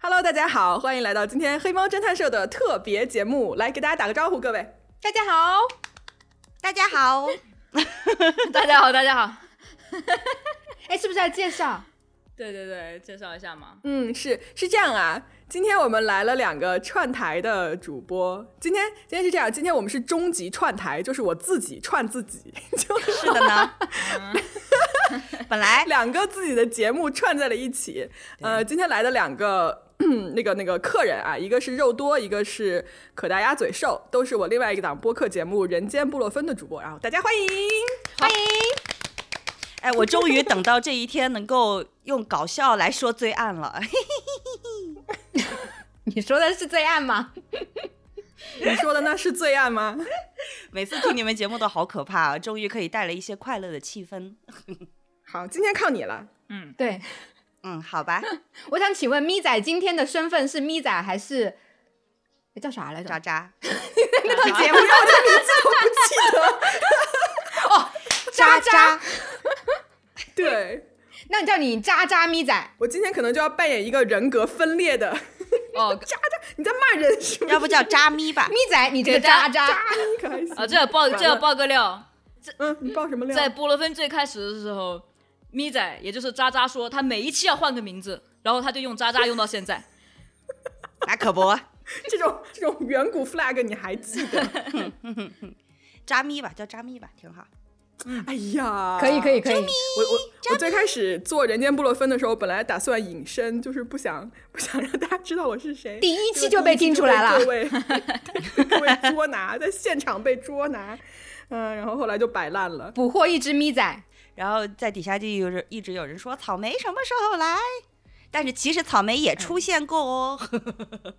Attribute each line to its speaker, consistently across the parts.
Speaker 1: Hello，大家好，欢迎来到今天黑猫侦探社的特别节目，来给大家打个招呼，各位。
Speaker 2: 大家好，
Speaker 3: 大家好，
Speaker 2: 大家好，大家好。 哎，是不是要介绍？
Speaker 4: 对对对，介绍一下嘛。
Speaker 1: 嗯，是是这样啊。今天我们来了两个串台的主播。今天今天是这样，今天我们是终极串台，就是我自己串自己， 就是
Speaker 3: 是的呢。嗯本来
Speaker 1: 两个自己的节目串在了一起。呃，今天来的两个 那个那个客人啊，一个是肉多，一个是可达鸭嘴兽，都是我另外一个档播客节目《人间布洛芬》的主播。然后大家欢迎。
Speaker 3: 欢迎。哎，我终于等到这一天，能够用搞笑来说罪案了。
Speaker 2: 你说的是罪案吗？
Speaker 1: 你说的那是罪案吗？
Speaker 3: 每次听你们节目都好可怕啊！终于可以带来一些快乐的气氛。
Speaker 1: 好，今天靠你了。
Speaker 4: 嗯，
Speaker 2: 对，
Speaker 3: 嗯，好吧，
Speaker 2: 我想请问咪仔今天的身份是咪仔还是哎叫啥来
Speaker 3: 渣
Speaker 2: 着？
Speaker 3: 渣，
Speaker 2: 那个节目叫
Speaker 3: 渣渣，
Speaker 1: 对。
Speaker 2: 那你叫你渣渣咪仔，
Speaker 1: 我今天可能就要扮演一个人格分裂的，
Speaker 4: 哦，
Speaker 1: 你在骂人是不是？
Speaker 3: 要不叫渣咪吧
Speaker 2: 咪？仔你这个
Speaker 4: 这个渣
Speaker 2: 渣渣，
Speaker 1: 你可还行
Speaker 2: 呃
Speaker 4: 啊，这要爆，这要爆个料。
Speaker 1: 嗯，你爆什么料？
Speaker 4: 在波罗芬最开始的时候，咪仔也就是渣渣说他每一期要换个名字，然后他就用渣渣用到现 在。
Speaker 3: 那哎可不，
Speaker 1: 这种这种远古 flag 你还记 得？
Speaker 3: 渣咪吧，叫渣咪吧，挺好。
Speaker 1: 哎呀，
Speaker 2: 可以可以。可以，
Speaker 1: 我我我最开始做《人间布洛芬》的时候，本来打算隐身，就是不想 不想让大家知道我是谁。
Speaker 2: 第一期
Speaker 1: 结
Speaker 2: 就
Speaker 1: 果
Speaker 2: 被
Speaker 1: 第一
Speaker 2: 听
Speaker 1: 期
Speaker 2: 出来
Speaker 1: 被
Speaker 2: 了
Speaker 1: 各。位对各位捉拿，在现场被捉拿。嗯，然后后来就摆烂了。
Speaker 2: 捕获一只咪仔，
Speaker 3: 然后在底下就有人一直有人说草莓什么时候来，但是其实草莓也出现过哦，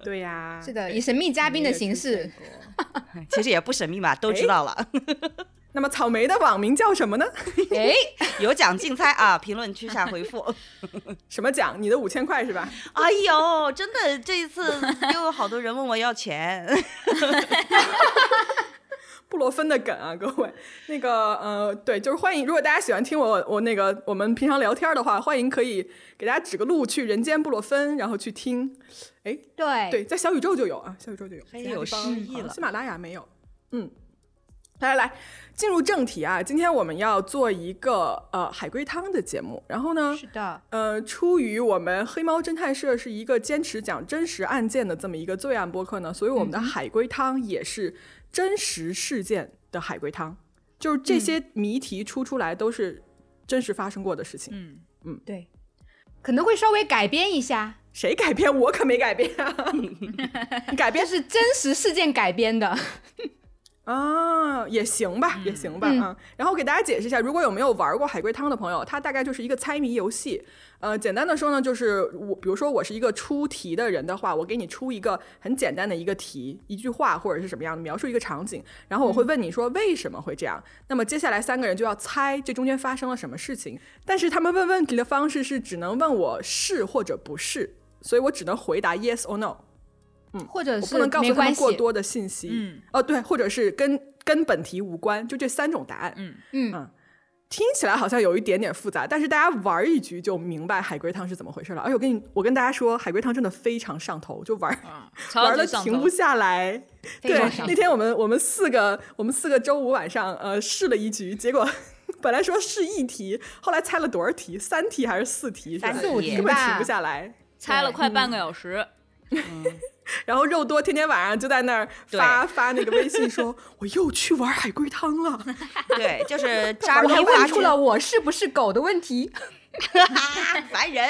Speaker 1: 对呀、
Speaker 2: 是的，以神秘嘉宾的形式，。
Speaker 3: 其实也不神秘嘛，都知道了。
Speaker 1: 那么草莓的网名叫什么呢？
Speaker 2: 哎，
Speaker 3: 有奖竞猜啊，评论区下回 复。
Speaker 1: 什么奖？你的五千块是吧？
Speaker 3: 哎呦，真的，这一次又有好多人问我 要钱，
Speaker 1: 布罗芬的梗啊， 各位，那个呃，对，就是欢迎，如果大家喜欢听我我那个我们平常聊天的话，欢迎可以给大家指个路去人间布洛芬，然后去听。
Speaker 2: 对
Speaker 1: 对，在小宇宙就有啊，小宇宙就有，
Speaker 3: 嘿
Speaker 1: 其他
Speaker 3: 有
Speaker 1: 地方
Speaker 3: 诗意
Speaker 1: 好像
Speaker 3: 了
Speaker 1: 喜马拉雅没有。嗯，来来来，进入正题啊，今天我们要做一个呃海龟汤的节目，然后呢，
Speaker 2: 是的，
Speaker 1: 呃，出于我们黑猫侦探社是一个坚持讲真实案件的这么一个罪案播客呢，所以我们的海龟汤也是真实事件的海龟汤，就是这些谜题出出来都是真实发生过的事情。
Speaker 4: 嗯，
Speaker 2: 对，可能会稍微改编一下，
Speaker 1: 谁改编？我可没改编啊！ 你改
Speaker 2: 这
Speaker 1: 编
Speaker 2: 是真实事件改编的。
Speaker 1: 啊，也行吧，也行吧
Speaker 2: 嗯
Speaker 1: 啊。然后给大家解释一下，如果有没有玩过海龟汤的朋友，它大概就是一个猜谜游戏。呃，简单的说呢，就是我，比如说我是一个出题的人的话，我给你出一个很简单的一个题，一句话或者是什么样的描述一个场景，然后我会问你说为什么会这样。那么接下来三个人就要猜这中间发生了什么事情，但是他们问问题的方式是只能问我是或者不是，所以我只能回答 yes or no，
Speaker 2: 或者
Speaker 1: 我
Speaker 2: 是
Speaker 1: 不能告
Speaker 2: 没
Speaker 1: 诉他
Speaker 2: 关
Speaker 1: 们
Speaker 2: 系，
Speaker 1: 过多的信息。
Speaker 4: 嗯
Speaker 1: 哦，对，或者是跟跟本题无关，就这三种答案，
Speaker 4: 嗯，
Speaker 2: 嗯，
Speaker 1: 听起来好像有一点点复杂，但是大家玩一局就明白海龟汤是怎么回事了。哎而且我跟你，我跟大家说，海龟汤真的非常上头，就玩、
Speaker 4: 啊，
Speaker 1: 玩
Speaker 4: 超
Speaker 1: 的
Speaker 4: 级上
Speaker 1: 停
Speaker 4: 头
Speaker 1: 不。下来。
Speaker 2: 非
Speaker 1: 对
Speaker 2: 常，上
Speaker 1: 那天我们我们四个我们四个周五晚上呃试了一局，结果本来说是一题，后来猜了多少题？三题还是四题？是吧
Speaker 3: 三
Speaker 2: 四五
Speaker 3: 题
Speaker 2: 题
Speaker 1: 根本停
Speaker 2: 吧
Speaker 1: 不，下来。
Speaker 4: 猜了快半个小时，
Speaker 1: 然后肉多天天晚上就在那儿发发那个微信说，我又去玩海龟汤了。
Speaker 3: 对， 就是渣
Speaker 2: 我
Speaker 3: 咪
Speaker 2: 还
Speaker 3: 发
Speaker 2: 问出
Speaker 3: 出
Speaker 2: 了我是不是狗的问题。
Speaker 3: 烦人。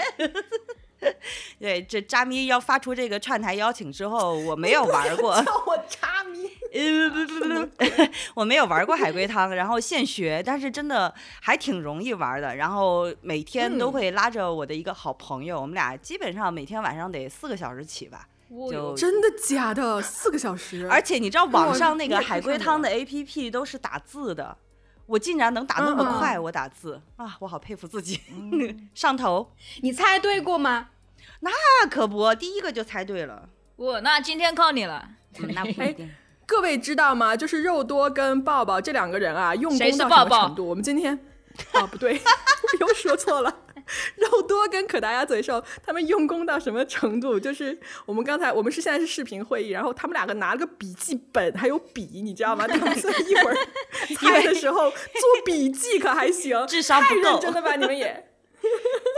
Speaker 3: 对，这渣咪要发出这个串台邀请之后，我没有玩过，
Speaker 1: 叫 我渣咪。
Speaker 3: 呃，不不不不，我没有玩过海龟汤，然后现学，但是真的还挺容易玩的。然后每天
Speaker 1: 嗯
Speaker 3: 都会拉着我的一个好朋友，我们俩基本上每天晚上得四个小时起吧，
Speaker 4: 哦
Speaker 3: 就
Speaker 4: 哟
Speaker 1: 真的假的？四个小时，
Speaker 3: 而且你知道网上那
Speaker 1: 哦
Speaker 3: 个
Speaker 1: 你也
Speaker 3: 海
Speaker 1: 太
Speaker 3: 龟
Speaker 1: 上
Speaker 3: 汤
Speaker 1: 瘾
Speaker 3: 的 APP 都是打字的，我竟然能打那
Speaker 1: 嗯嗯嗯
Speaker 3: 么快，我打字啊，我好佩服自己， 上头。
Speaker 2: 你猜对过吗？
Speaker 3: 那可不，第一个就猜对了，
Speaker 4: 我那今天靠你了。
Speaker 3: 嗯那不一定。
Speaker 1: 哎各位知道吗？就是肉多跟抱抱这两个人啊，用功到
Speaker 4: 谁是
Speaker 1: 什么
Speaker 4: 抱抱
Speaker 1: 哦 程度？我们今天啊，不对，我又说错了。肉多跟可达鸭嘴兽他们用功到什么程度？就是我们刚才我们是现在是视频会议，然后他们两个拿了个笔记本还有笔，你知道吗？他们所以一会儿猜的时候做笔记可还行，
Speaker 3: 智商
Speaker 1: 太
Speaker 3: 不
Speaker 1: 认
Speaker 3: 够，
Speaker 1: 真了吧你们也？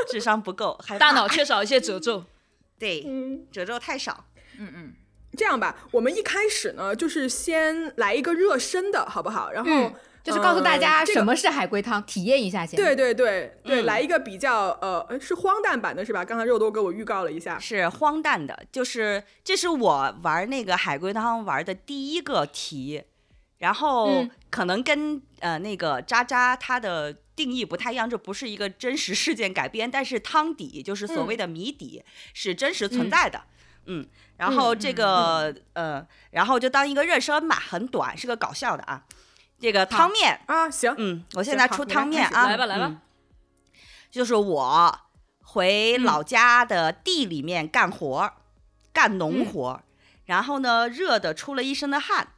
Speaker 3: 智商不够，还
Speaker 4: 大脑缺少一些褶皱。
Speaker 3: 对
Speaker 1: 嗯，
Speaker 3: 褶皱太少。
Speaker 4: 嗯嗯，
Speaker 1: 这样吧，我们一开始呢就是先来一个热身的好不好？然后、
Speaker 2: 嗯，就是告诉大家
Speaker 1: 呃这个
Speaker 2: 什么是海龟汤，体验一下先。
Speaker 1: 对对对对，
Speaker 3: 嗯
Speaker 1: 来一个比较呃呃是荒诞版的是吧？刚才肉多给我预告了一下，
Speaker 3: 是荒诞的，就是这是我玩那个海龟汤玩的第一个题，然后
Speaker 2: 嗯
Speaker 3: 可能跟、呃那个渣渣他的定义不太一样，这不是一个真实事件改编，但是汤底就是所谓的谜底、是真实存在的。嗯然后这个、呃，然后就当一个热身吧，很短，是个搞笑的啊。这个汤面，
Speaker 1: 啊，行，
Speaker 3: 嗯，我现
Speaker 1: 行
Speaker 3: 在
Speaker 1: 好
Speaker 3: 出
Speaker 1: 你
Speaker 3: 汤
Speaker 1: 来
Speaker 3: 面
Speaker 1: 开始
Speaker 3: 啊，
Speaker 4: 来吧来吧
Speaker 3: 嗯就是我回老家的地里面干活，儿，干农活，儿，然后呢，热的出了一身的汗。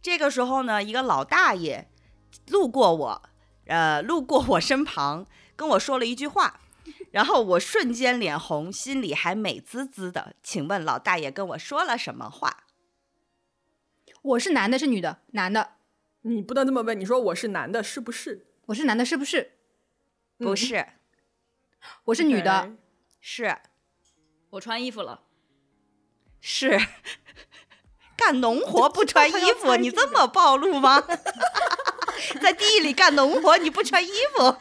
Speaker 3: 这个时候呢，一个老大爷路过我，呃，路过我身旁，跟我说了一句话，然后我瞬间脸红，心里还美滋滋的。请问老大爷跟我说了什么话？
Speaker 2: 我是男的，是女的？男的，
Speaker 1: 你不能这么问，你说我是男的，是不是？
Speaker 2: 我是男的，是不是？
Speaker 3: 不
Speaker 1: 嗯
Speaker 3: 是，
Speaker 2: 我是女的，
Speaker 1: OK
Speaker 3: 是
Speaker 4: 我穿衣服了，
Speaker 3: 是干农活不穿衣
Speaker 1: 他要
Speaker 3: 服，
Speaker 1: 猜
Speaker 3: 你
Speaker 1: 这
Speaker 3: 这
Speaker 1: 个
Speaker 3: 么暴露吗？ 在地里干农活，你不穿衣服，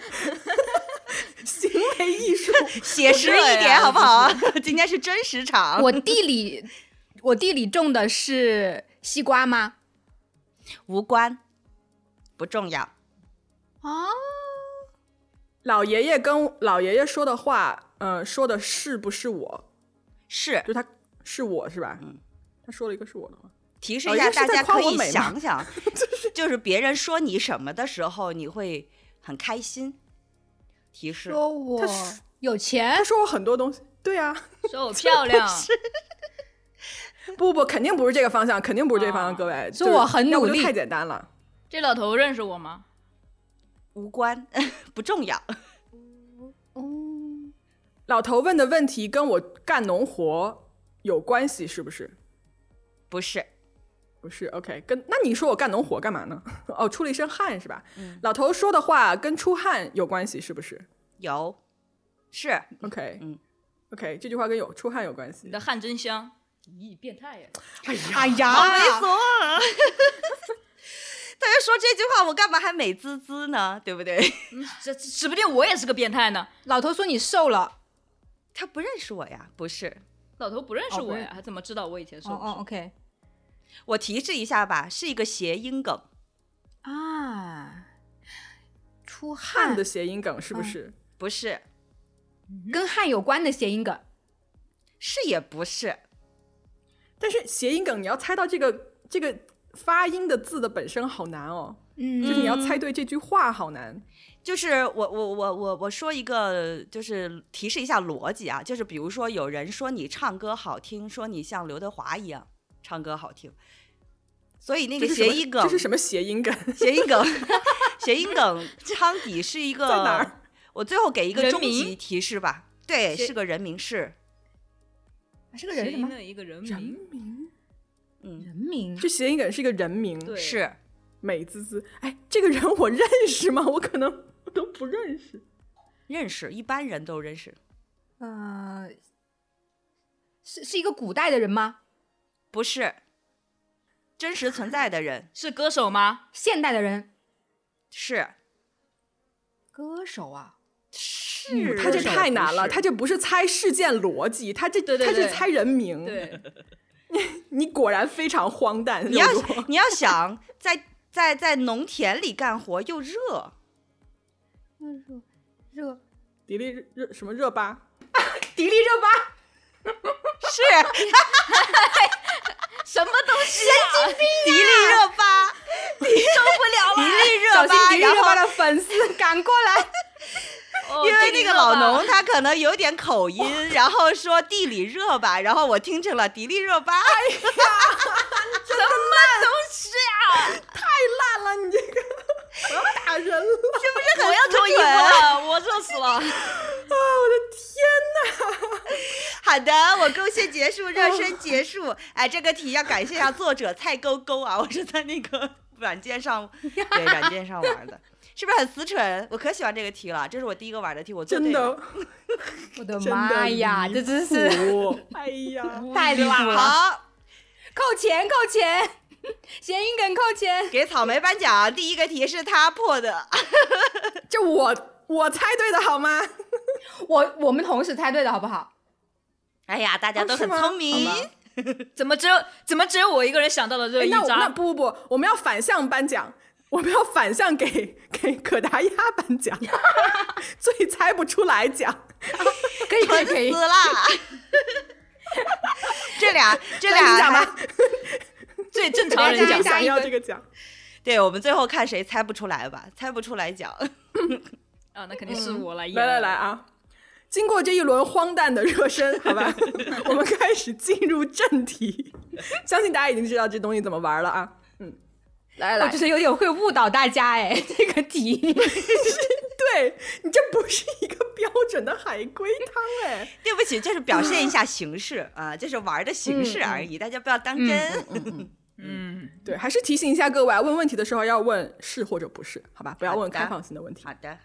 Speaker 1: 行为艺术，
Speaker 3: 写实
Speaker 4: 对
Speaker 3: 一点
Speaker 4: 啊
Speaker 3: 好不好？ 今天是真实场，
Speaker 2: 我地里，我地里种的是西瓜吗？
Speaker 3: 无关，不重要。
Speaker 1: 哦
Speaker 2: 啊，
Speaker 1: 老爷爷跟老爷爷说的话，嗯、说的是不是我？
Speaker 3: 是
Speaker 1: 就他是我是吧？
Speaker 3: 嗯，
Speaker 1: 他说了一个是我的吗？
Speaker 3: 提示
Speaker 1: 老
Speaker 3: 一
Speaker 1: 爷
Speaker 3: 下，
Speaker 1: 是
Speaker 3: 大
Speaker 1: 在
Speaker 3: 家
Speaker 1: 夸
Speaker 3: 可
Speaker 1: 我
Speaker 3: 以
Speaker 1: 美吗
Speaker 3: 想想，就是别人说你什么的时候，你会很开心。提示
Speaker 2: 说我
Speaker 1: 他是
Speaker 2: 有钱
Speaker 1: 他，说我很多东西，对啊，
Speaker 4: 说我漂 亮，
Speaker 1: 不不，肯定不是这个方向，肯定不是这个方向，
Speaker 4: 啊
Speaker 1: 各位，就
Speaker 2: 说
Speaker 1: 是
Speaker 2: 我很
Speaker 1: 要不
Speaker 2: 努
Speaker 1: 就
Speaker 2: 力
Speaker 1: 太简单了。
Speaker 4: 这老头认识我吗？
Speaker 3: 无关， 不重要。
Speaker 2: 嗯，
Speaker 1: 老头问的问题跟我干农活有关系，是不是？
Speaker 3: 不是，
Speaker 1: 不是，OK，跟那你说我干农活干嘛呢？哦，出了一身汗是吧？
Speaker 3: 嗯
Speaker 1: 老头说的话跟出汗有关系，是不是
Speaker 3: 有，是
Speaker 1: ？OK，
Speaker 3: 嗯
Speaker 1: ，OK，这句话跟有出汗有关
Speaker 4: 你
Speaker 1: 系。
Speaker 4: 的汗真香。咦，变态呀！
Speaker 1: 哎呀，
Speaker 2: 哎
Speaker 3: 好猥
Speaker 2: 呀，
Speaker 3: 琐啊！ 他就说这句话，我干嘛还美滋滋呢？对不对？
Speaker 4: 这这指不定我也是个变态呢。
Speaker 2: 老头说你瘦了，
Speaker 3: 他不认识我呀，不是。
Speaker 4: 老头不认识
Speaker 2: 哦不
Speaker 4: 我
Speaker 2: 认
Speaker 4: 呀，他怎么知道我以前是
Speaker 2: 哦哦，OK
Speaker 3: 我提示一下吧，是一个谐音梗，
Speaker 2: 啊，出汗
Speaker 1: 汗的谐音梗是
Speaker 3: 嗯
Speaker 1: 不是？
Speaker 3: 不是，
Speaker 2: 跟汗有关的谐音梗，
Speaker 3: 是也不是，
Speaker 1: 但是谐音梗你要猜到这个这个发音的字的本身好难哦，就
Speaker 2: 嗯
Speaker 1: 是你要猜对这句话好难。
Speaker 3: 就是我我我我我说一个，就是提示一下逻辑啊，就是比如说有人说你唱歌好听，说你像刘德华一样唱歌好听，所以那
Speaker 1: 这
Speaker 3: 个
Speaker 1: 是什
Speaker 3: 谐
Speaker 1: 么
Speaker 3: 音梗
Speaker 1: 这是什么谐音梗？
Speaker 3: 谐音梗， 谐音梗汤底是一个
Speaker 1: 在哪儿
Speaker 3: 我最后给一个
Speaker 4: 人
Speaker 3: 终
Speaker 4: 名
Speaker 3: 极提示吧，对，
Speaker 4: 谐
Speaker 3: 是个人名是，
Speaker 2: 是个人
Speaker 4: 谁
Speaker 2: 什么
Speaker 4: 呢？一个人
Speaker 1: 人
Speaker 4: 名，
Speaker 1: 名？
Speaker 3: 嗯，
Speaker 2: 人名？
Speaker 1: 这谐音梗是一个人名，
Speaker 4: 对，
Speaker 3: 是
Speaker 1: 美滋滋。哎，这个人我认识吗？我可能 都不认识。
Speaker 3: 认识，一般人都认识，
Speaker 2: 呃，是是一个古代的人吗？
Speaker 3: 不是真实存在的人，
Speaker 4: 是歌手吗？
Speaker 2: 现代的人？
Speaker 3: 是
Speaker 2: 歌手啊？
Speaker 3: 是，
Speaker 1: 嗯他这
Speaker 2: 歌手
Speaker 1: 太难了，
Speaker 3: 不是
Speaker 1: 他这不是猜事件逻辑，他这
Speaker 4: 对对
Speaker 1: 他
Speaker 4: 对
Speaker 1: 是猜人名。
Speaker 4: 对，
Speaker 1: 你果然非常荒诞。
Speaker 3: 你要
Speaker 1: 肉 多
Speaker 3: 你要想在在在农田里干活又热，
Speaker 2: 热热
Speaker 1: 迪丽热热什么热巴？
Speaker 2: 迪丽热巴。
Speaker 3: 是
Speaker 4: 什么东西啊？
Speaker 3: 迪丽热巴，
Speaker 4: 受不
Speaker 3: 迪
Speaker 4: 了了！
Speaker 3: 丽
Speaker 2: 小
Speaker 3: 热
Speaker 2: 心
Speaker 3: 巴，
Speaker 2: 迪丽
Speaker 3: 然
Speaker 2: 热
Speaker 3: 后
Speaker 2: 巴的粉丝赶过来！
Speaker 4: 哦
Speaker 3: 因为那
Speaker 4: 地理
Speaker 3: 个
Speaker 4: 热
Speaker 3: 老
Speaker 4: 吧
Speaker 3: 农他可能有点口音，然后说地里热吧，然后我听成了迪丽热巴，
Speaker 4: 什么东西啊？
Speaker 1: 太烂了，你这个我要打人了！
Speaker 3: 这不是
Speaker 4: 我要
Speaker 3: 很
Speaker 4: 脱
Speaker 3: 脱
Speaker 4: 衣服了，我热死了！
Speaker 3: 好的，我勾选结束，热身结 束。哎，这个题要感谢一下作者蔡勾勾啊，我是在那个 软件上，对软件上玩的，是不是很死蠢？我可喜欢这个题了，这是我第一个玩的题，我做
Speaker 1: 真
Speaker 3: 对了。
Speaker 1: 的，
Speaker 2: 我的
Speaker 1: 真的
Speaker 2: 妈呀，这真是
Speaker 1: 苦，哎呀，
Speaker 2: 太离谱了！
Speaker 3: 好，
Speaker 2: 扣钱，扣钱，谐音梗扣钱，
Speaker 3: 给草莓颁奖。第一个题是他破的，
Speaker 1: 这我我猜对的好吗？
Speaker 2: 我我们同时猜对的好不好？
Speaker 3: 哎呀，大家都
Speaker 1: 哦是
Speaker 3: 很
Speaker 1: 吗
Speaker 3: 聪明。
Speaker 1: 好吧
Speaker 4: 怎么只有怎么只有我一个人想到了这
Speaker 1: 哎
Speaker 4: 一
Speaker 1: 那我那
Speaker 4: 招？
Speaker 1: 不不不，我们要反向颁奖，我们要反向给给可达鸭颁奖， 最猜不出来奖。
Speaker 2: 可以可以可以
Speaker 3: 死，了！这俩，这
Speaker 1: 那你
Speaker 3: 俩
Speaker 1: 讲
Speaker 3: 还
Speaker 1: 吧，
Speaker 4: 最正常人
Speaker 2: 大
Speaker 4: 讲
Speaker 2: 家。
Speaker 1: 想
Speaker 2: 一
Speaker 1: 要
Speaker 2: 个
Speaker 1: 这个奖，
Speaker 3: 对我们最后看谁猜不出来吧，猜不出来讲。
Speaker 4: 啊，那肯定是我来演。
Speaker 1: 来来来，啊！经过这一轮荒诞的热 身，好吧，我们开始进入正题。 相信大家已经知道这东西怎么玩了啊。
Speaker 2: 来来，就是有点会误导大家哎，这个 题，
Speaker 1: 对你这不是一个标准的海龟汤 哎，
Speaker 3: 对不起，就是表现一下形 式啊，就是玩的形
Speaker 2: 嗯
Speaker 3: 式而已，大家不要当真。
Speaker 4: 嗯，
Speaker 1: 对，还是提醒一下各位啊，问问题的时候要问是或者不是，好吧，不要
Speaker 3: 好
Speaker 1: 问
Speaker 3: 的
Speaker 1: 开放性的问题。
Speaker 3: 好的，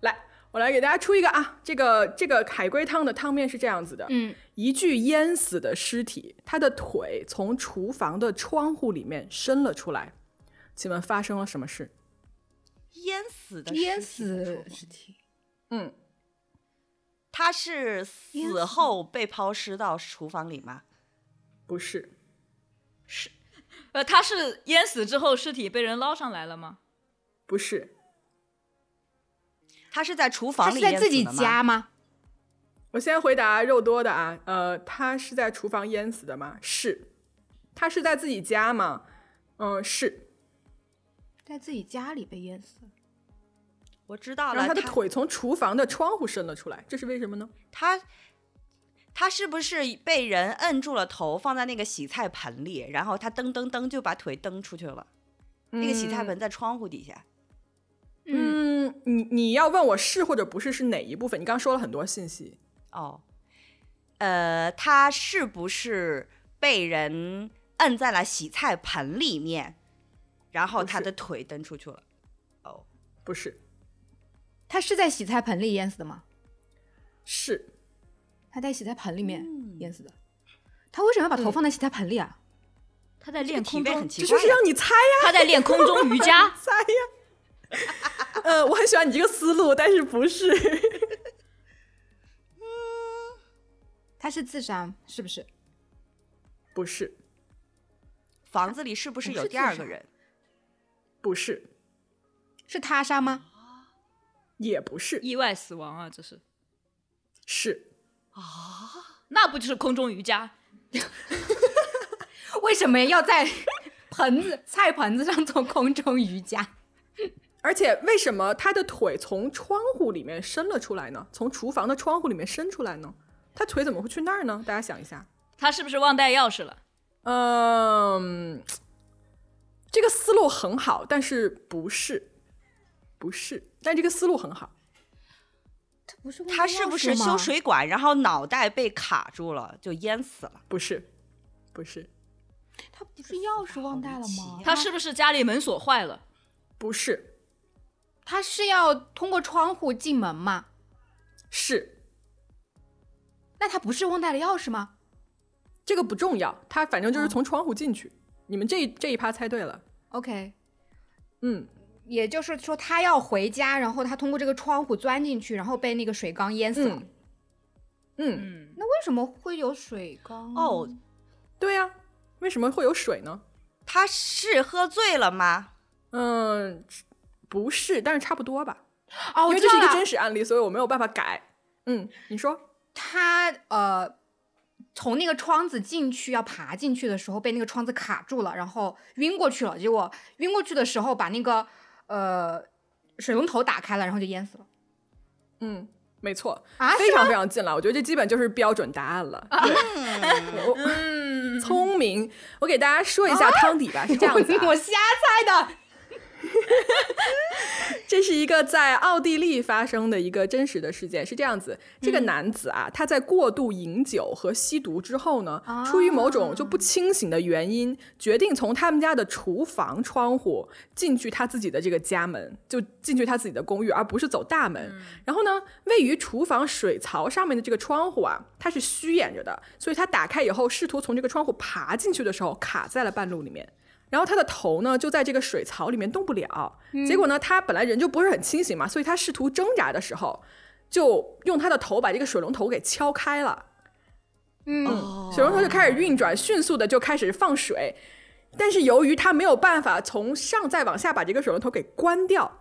Speaker 1: 来，我来给大家出一个啊，这个这个海龟汤的汤面是这样子的：
Speaker 2: 嗯，
Speaker 1: 一具淹死的尸体，他的腿从厨房的窗户里面伸了出来，请问发生了什么事？
Speaker 3: 淹死的
Speaker 2: 淹
Speaker 3: 尸体的
Speaker 2: 死
Speaker 3: 处
Speaker 2: 尸体，
Speaker 1: 嗯，
Speaker 3: 他是
Speaker 2: 淹
Speaker 3: 死
Speaker 2: 死
Speaker 3: 后被抛尸到厨房里吗？
Speaker 1: 不是，
Speaker 4: 呃，他是淹死之后尸体被人捞上来了吗？
Speaker 1: 不是，
Speaker 3: 他是在厨
Speaker 2: 他
Speaker 3: 房
Speaker 2: 是
Speaker 3: 里
Speaker 2: 在
Speaker 3: 淹
Speaker 2: 自
Speaker 3: 死
Speaker 2: 己
Speaker 3: 的吗？
Speaker 2: 家吗？
Speaker 1: 我先回答肉多的啊，呃，他是在厨房淹死的吗？是，他是在自己家吗？嗯，是。
Speaker 2: 在自己家里被淹死，
Speaker 3: 我知道
Speaker 1: 然
Speaker 3: 了，
Speaker 1: 后他
Speaker 3: 他
Speaker 1: 的腿从厨房的窗户伸了出来，这是为什么呢？
Speaker 3: 他他是不是被人摁住了头，放在那个洗菜盆里，然后他噔噔噔就把腿蹬出去了？那个洗菜盆在窗户底下。
Speaker 2: 嗯，
Speaker 1: 嗯，你你要问我是或者不是是哪一部分？你刚刚说了很多信息，
Speaker 3: 哦，呃，他是不是被人摁在了洗菜盆里面，然后
Speaker 1: 不
Speaker 3: 他
Speaker 1: 是
Speaker 3: 的腿蹬出去了？哦，
Speaker 1: 不是，
Speaker 2: 他是在洗菜盆里淹死的吗？
Speaker 1: 是
Speaker 2: 他在洗菜盆里面
Speaker 3: 嗯
Speaker 2: 淹死的，他为什么要把头放在洗菜盆里啊？
Speaker 4: 他在
Speaker 3: 这个
Speaker 4: 练
Speaker 3: 体
Speaker 4: 空
Speaker 3: 位
Speaker 4: 中
Speaker 3: 很，
Speaker 1: 这
Speaker 3: 奇
Speaker 1: 就
Speaker 3: 怪
Speaker 1: 是
Speaker 3: 呀。
Speaker 1: 让你猜呀、。
Speaker 4: 他在练空中瑜伽
Speaker 1: 猜呀、 呃，我很喜欢你这个思路，但是不是？
Speaker 2: 他是自杀是不是？
Speaker 1: 不是，
Speaker 3: 房子里是不是
Speaker 2: 不
Speaker 3: 有
Speaker 2: 是
Speaker 3: 第
Speaker 2: 自
Speaker 3: 二
Speaker 2: 杀
Speaker 3: 个人？
Speaker 1: 不是，
Speaker 2: 是他杀吗？
Speaker 1: 也不是，
Speaker 4: 意外死亡啊，这是，
Speaker 1: 是
Speaker 4: 那不就是空中瑜伽？
Speaker 2: 为什么要在盆子菜盆子上做空中瑜伽？
Speaker 1: 而且为什么他的腿从窗户里面伸了出来呢？从厨房的窗户里面伸出来呢？他腿怎么会去那儿呢？大家想一下。
Speaker 4: 他是不是忘带钥匙了？
Speaker 1: 嗯，这个思路很好，但是不是，不是，但这个思路很好。
Speaker 2: 他不是
Speaker 3: 他是不是修？水管，然后脑袋被卡住了，就淹死了？
Speaker 1: 不是，不是，
Speaker 2: 他不是钥匙忘带了吗？
Speaker 4: 他是不是家里门锁坏了？
Speaker 1: 不是，
Speaker 2: 他是要通过窗户进门吗？
Speaker 1: 是
Speaker 2: 那他不是忘带了钥匙吗？
Speaker 1: 这个不重要，他反正就是从窗户进去。你们这这一趴猜对了，
Speaker 2: ？OK，
Speaker 1: 嗯，
Speaker 2: 也就是说他要回家，然后他通过这个窗户钻进去，然后被那个水缸淹死了。
Speaker 1: 嗯嗯，
Speaker 4: 嗯，
Speaker 2: 那为什么会有水缸？
Speaker 3: 哦，
Speaker 1: 对呀、为什么会有水呢？
Speaker 3: 他是喝醉了吗？
Speaker 1: 嗯，不是，但是差不多吧，
Speaker 2: 哦，
Speaker 1: 因
Speaker 2: 我
Speaker 1: 为
Speaker 2: 知
Speaker 1: 这
Speaker 2: 道
Speaker 1: 是一个
Speaker 2: 了，
Speaker 1: 真实案例，所以我没有办法改。嗯，你说
Speaker 2: 他呃从那个窗子进去要爬进去的时候，被那个窗子卡住了，然后晕过去了。结果晕过去的时候，把那个呃水龙头打开了，然后就淹死了
Speaker 1: 嗯，没错，
Speaker 2: 啊！
Speaker 1: 非
Speaker 2: 是
Speaker 1: 常
Speaker 2: 吗？啊
Speaker 1: 非常近了，我觉得这基本就是标准答案了。对，我
Speaker 2: 嗯
Speaker 1: 我 聪明，我给大
Speaker 2: 啊
Speaker 1: 啊家
Speaker 2: 。
Speaker 1: 说一下汤底吧，是这样子、啊
Speaker 2: 我瞎猜的。
Speaker 1: 这是一个在奥地利发生的一个真实的事件，是这样子：这个男子啊，他在过度饮酒和吸毒之后呢，出于某种就不清醒的原因，决定从他们家的厨房窗户进去他自己的这个家门，就进去他自己的公寓，而不是走大门。然后呢，位于厨房水槽上面的这个窗户啊，它是虚掩着的，所以他打开以后，试图从这个窗户爬进去的时候，卡在了半路里面。然后他的头呢就在这个水槽里面动不了。结果呢，他本来人就不是很清醒嘛，所以他试图挣扎的时候，就用他的头把这个水龙头给敲开了，
Speaker 2: 嗯，
Speaker 3: 哦
Speaker 1: 水龙头就开始运转，迅速的就开始放水。但是由于他没有办法从上再往下把这个水龙头给关掉，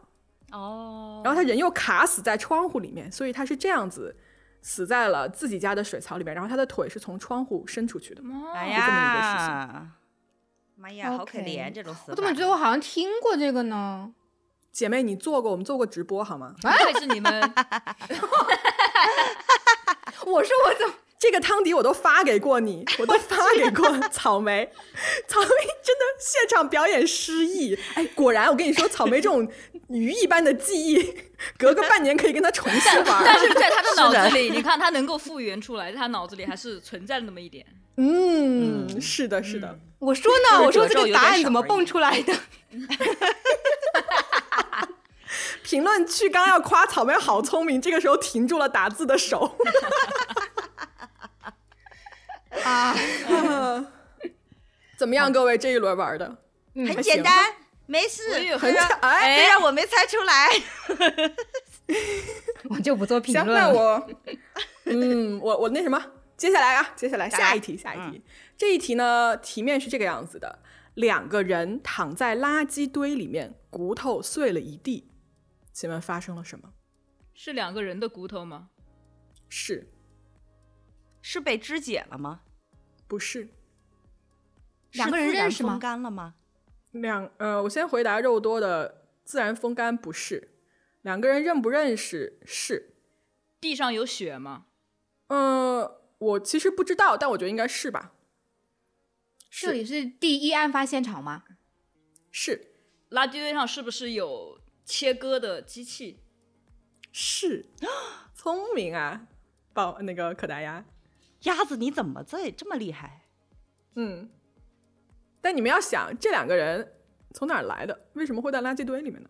Speaker 4: 哦，
Speaker 1: 然后他人又卡死在窗户里面，所以他是这样子死在了自己家的水槽里面，然后他的腿是从窗户伸出去的。
Speaker 3: 哎
Speaker 1: 哦就这么一个事情
Speaker 3: 呀，妈呀，好可
Speaker 2: OK
Speaker 3: 怜这种死法。
Speaker 2: 我怎么觉得我好像听过这个呢？
Speaker 1: 姐妹，你做过我们做过直播好 吗？
Speaker 4: 不哦愧是你们，
Speaker 2: 我说我怎么？
Speaker 1: 这个汤底我都发给过你，我都 发给过草莓，草莓真的现场表演失忆。哎，果然我跟你说，草莓这种鱼一般的记忆，隔个半年可以跟他重新玩
Speaker 4: 但
Speaker 1: 儿。
Speaker 4: 是在他的脑
Speaker 3: 是的
Speaker 4: 子里，你看他能够复原出来，在他脑子里还是存在了那么一点。
Speaker 1: 嗯，是的，是的。
Speaker 2: 我说
Speaker 3: 这
Speaker 2: 呢？
Speaker 3: 个
Speaker 2: 我说
Speaker 3: 褶
Speaker 2: 这
Speaker 3: 皱
Speaker 2: 个
Speaker 3: 有
Speaker 2: 答
Speaker 3: 点
Speaker 2: 案
Speaker 3: 少
Speaker 2: 怎么
Speaker 3: 而已
Speaker 2: 蹦出来的？
Speaker 1: 评论区刚要夸草莓好聪明，这个时候停住了打字的 手。
Speaker 2: 啊，
Speaker 1: 怎么样，各位这一轮玩的？
Speaker 3: 很
Speaker 1: 还
Speaker 3: 简
Speaker 1: 行
Speaker 3: 单，没事
Speaker 4: 我也，
Speaker 3: 虽
Speaker 1: 很
Speaker 3: 然
Speaker 1: 哎
Speaker 3: 虽然我没猜出来。
Speaker 2: 我就不做评
Speaker 1: 行，
Speaker 2: 论
Speaker 1: 那
Speaker 2: 了。
Speaker 1: 我，嗯，我我那什么，接下来啊，接下来
Speaker 3: 来
Speaker 1: 下一题，下一题，这一题呢，题面是这个样子的：两个人躺在垃圾堆里面，骨头碎了一地，请问发生了什么？
Speaker 4: 是两个人的骨头吗？
Speaker 1: 是
Speaker 3: 是被肢解了吗？
Speaker 1: 不是？
Speaker 2: 两个人
Speaker 3: 是自然
Speaker 2: 认识吗
Speaker 3: 风干了吗？
Speaker 1: 两呃，我先回答肉多的，自然风干不是，两个人认不认识是，
Speaker 4: 地上有血吗？
Speaker 1: 呃，我其实不知道，但我觉得应该是吧，
Speaker 2: 这里是第一案发现场吗？
Speaker 1: 是
Speaker 4: 垃圾堆上是不是有切割的机器？
Speaker 1: 是， 聪明啊，宝那个可达鸭。
Speaker 3: 鸭子，你怎么这这么厉害？
Speaker 1: 嗯，但你们要想，这两个人从哪儿来的？为什么会在垃圾堆里面呢？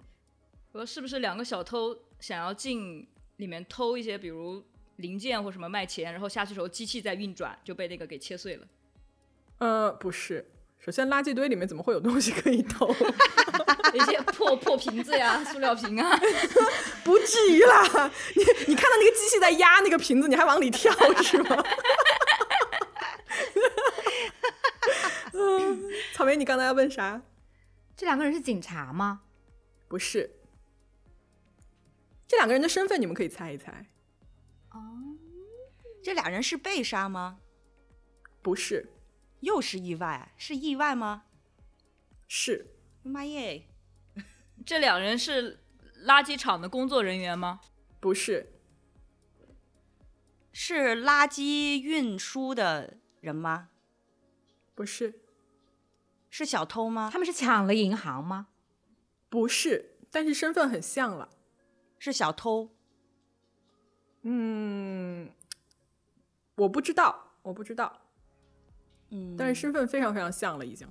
Speaker 4: 我说是不是两个小偷想要进里面偷一些，比如零件或什么卖钱，然后下去的时候机器在运转，就被那个给切 碎了。
Speaker 1: 呃，不是。首先，垃圾堆里面怎么会有东西可以偷？
Speaker 4: 一些破破瓶子呀、塑料瓶啊，
Speaker 1: 不至于啦！ 你你看到那个机器在压那个瓶子，你还往里 跳是吗？嗯草莓，你刚才要问啥？
Speaker 2: 这两个人是警察吗？
Speaker 1: 不是，这两个人的身份你们可以猜一猜。
Speaker 3: 这俩人是被杀吗？
Speaker 1: 不是，
Speaker 3: 又是意外？是意外吗？
Speaker 1: 是
Speaker 3: 妈耶！
Speaker 4: 这两人是垃圾场的工作人员吗？
Speaker 1: 不是？
Speaker 3: 是垃圾运输的人吗？
Speaker 1: 不是，
Speaker 3: 是小偷吗
Speaker 2: 他？们是抢了银行吗？
Speaker 1: 不是，但是身份很像了。
Speaker 3: 是小偷？
Speaker 1: 嗯，我不知道，我不知道，
Speaker 3: 嗯，
Speaker 1: 但是身份非常非常像了，已经。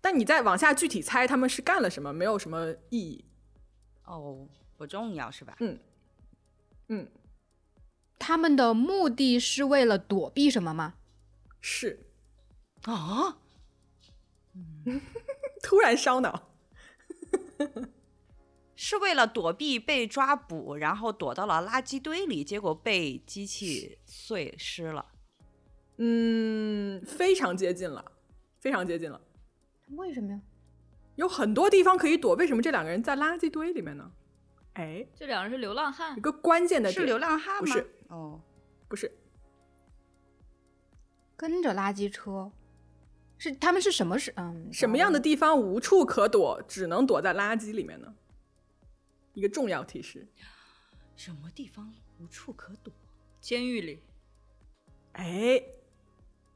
Speaker 1: 但你再往下具体猜他们是干了什么，没有什么意义。
Speaker 3: 哦，不重要是吧？
Speaker 1: 嗯，
Speaker 2: 他们的目的是为了躲避什么吗？
Speaker 1: 是，
Speaker 3: 啊，
Speaker 1: 突然烧脑，
Speaker 3: 是为了躲避被抓捕，然后躲到了垃圾堆里，结果被机器碎尸了。
Speaker 1: 嗯，非常接近了，非常接近了，
Speaker 2: 为什么呀？
Speaker 1: 有很多地方可以躲，为什么这两个人在垃圾堆里面呢？哎，
Speaker 4: 这两人是流浪汉
Speaker 1: 一，个关键的
Speaker 3: 是流
Speaker 1: 点，
Speaker 3: 浪汉
Speaker 1: 不
Speaker 3: 吗？
Speaker 1: 是
Speaker 3: 哦，
Speaker 1: 不是，
Speaker 2: 跟着垃圾车，是他们是什么是嗯
Speaker 1: 什么样的？地方无处可躲，只能躲在垃圾里面呢？一个重要提示。
Speaker 3: 什么地方无处可躲
Speaker 4: 监 狱里。
Speaker 1: 哎，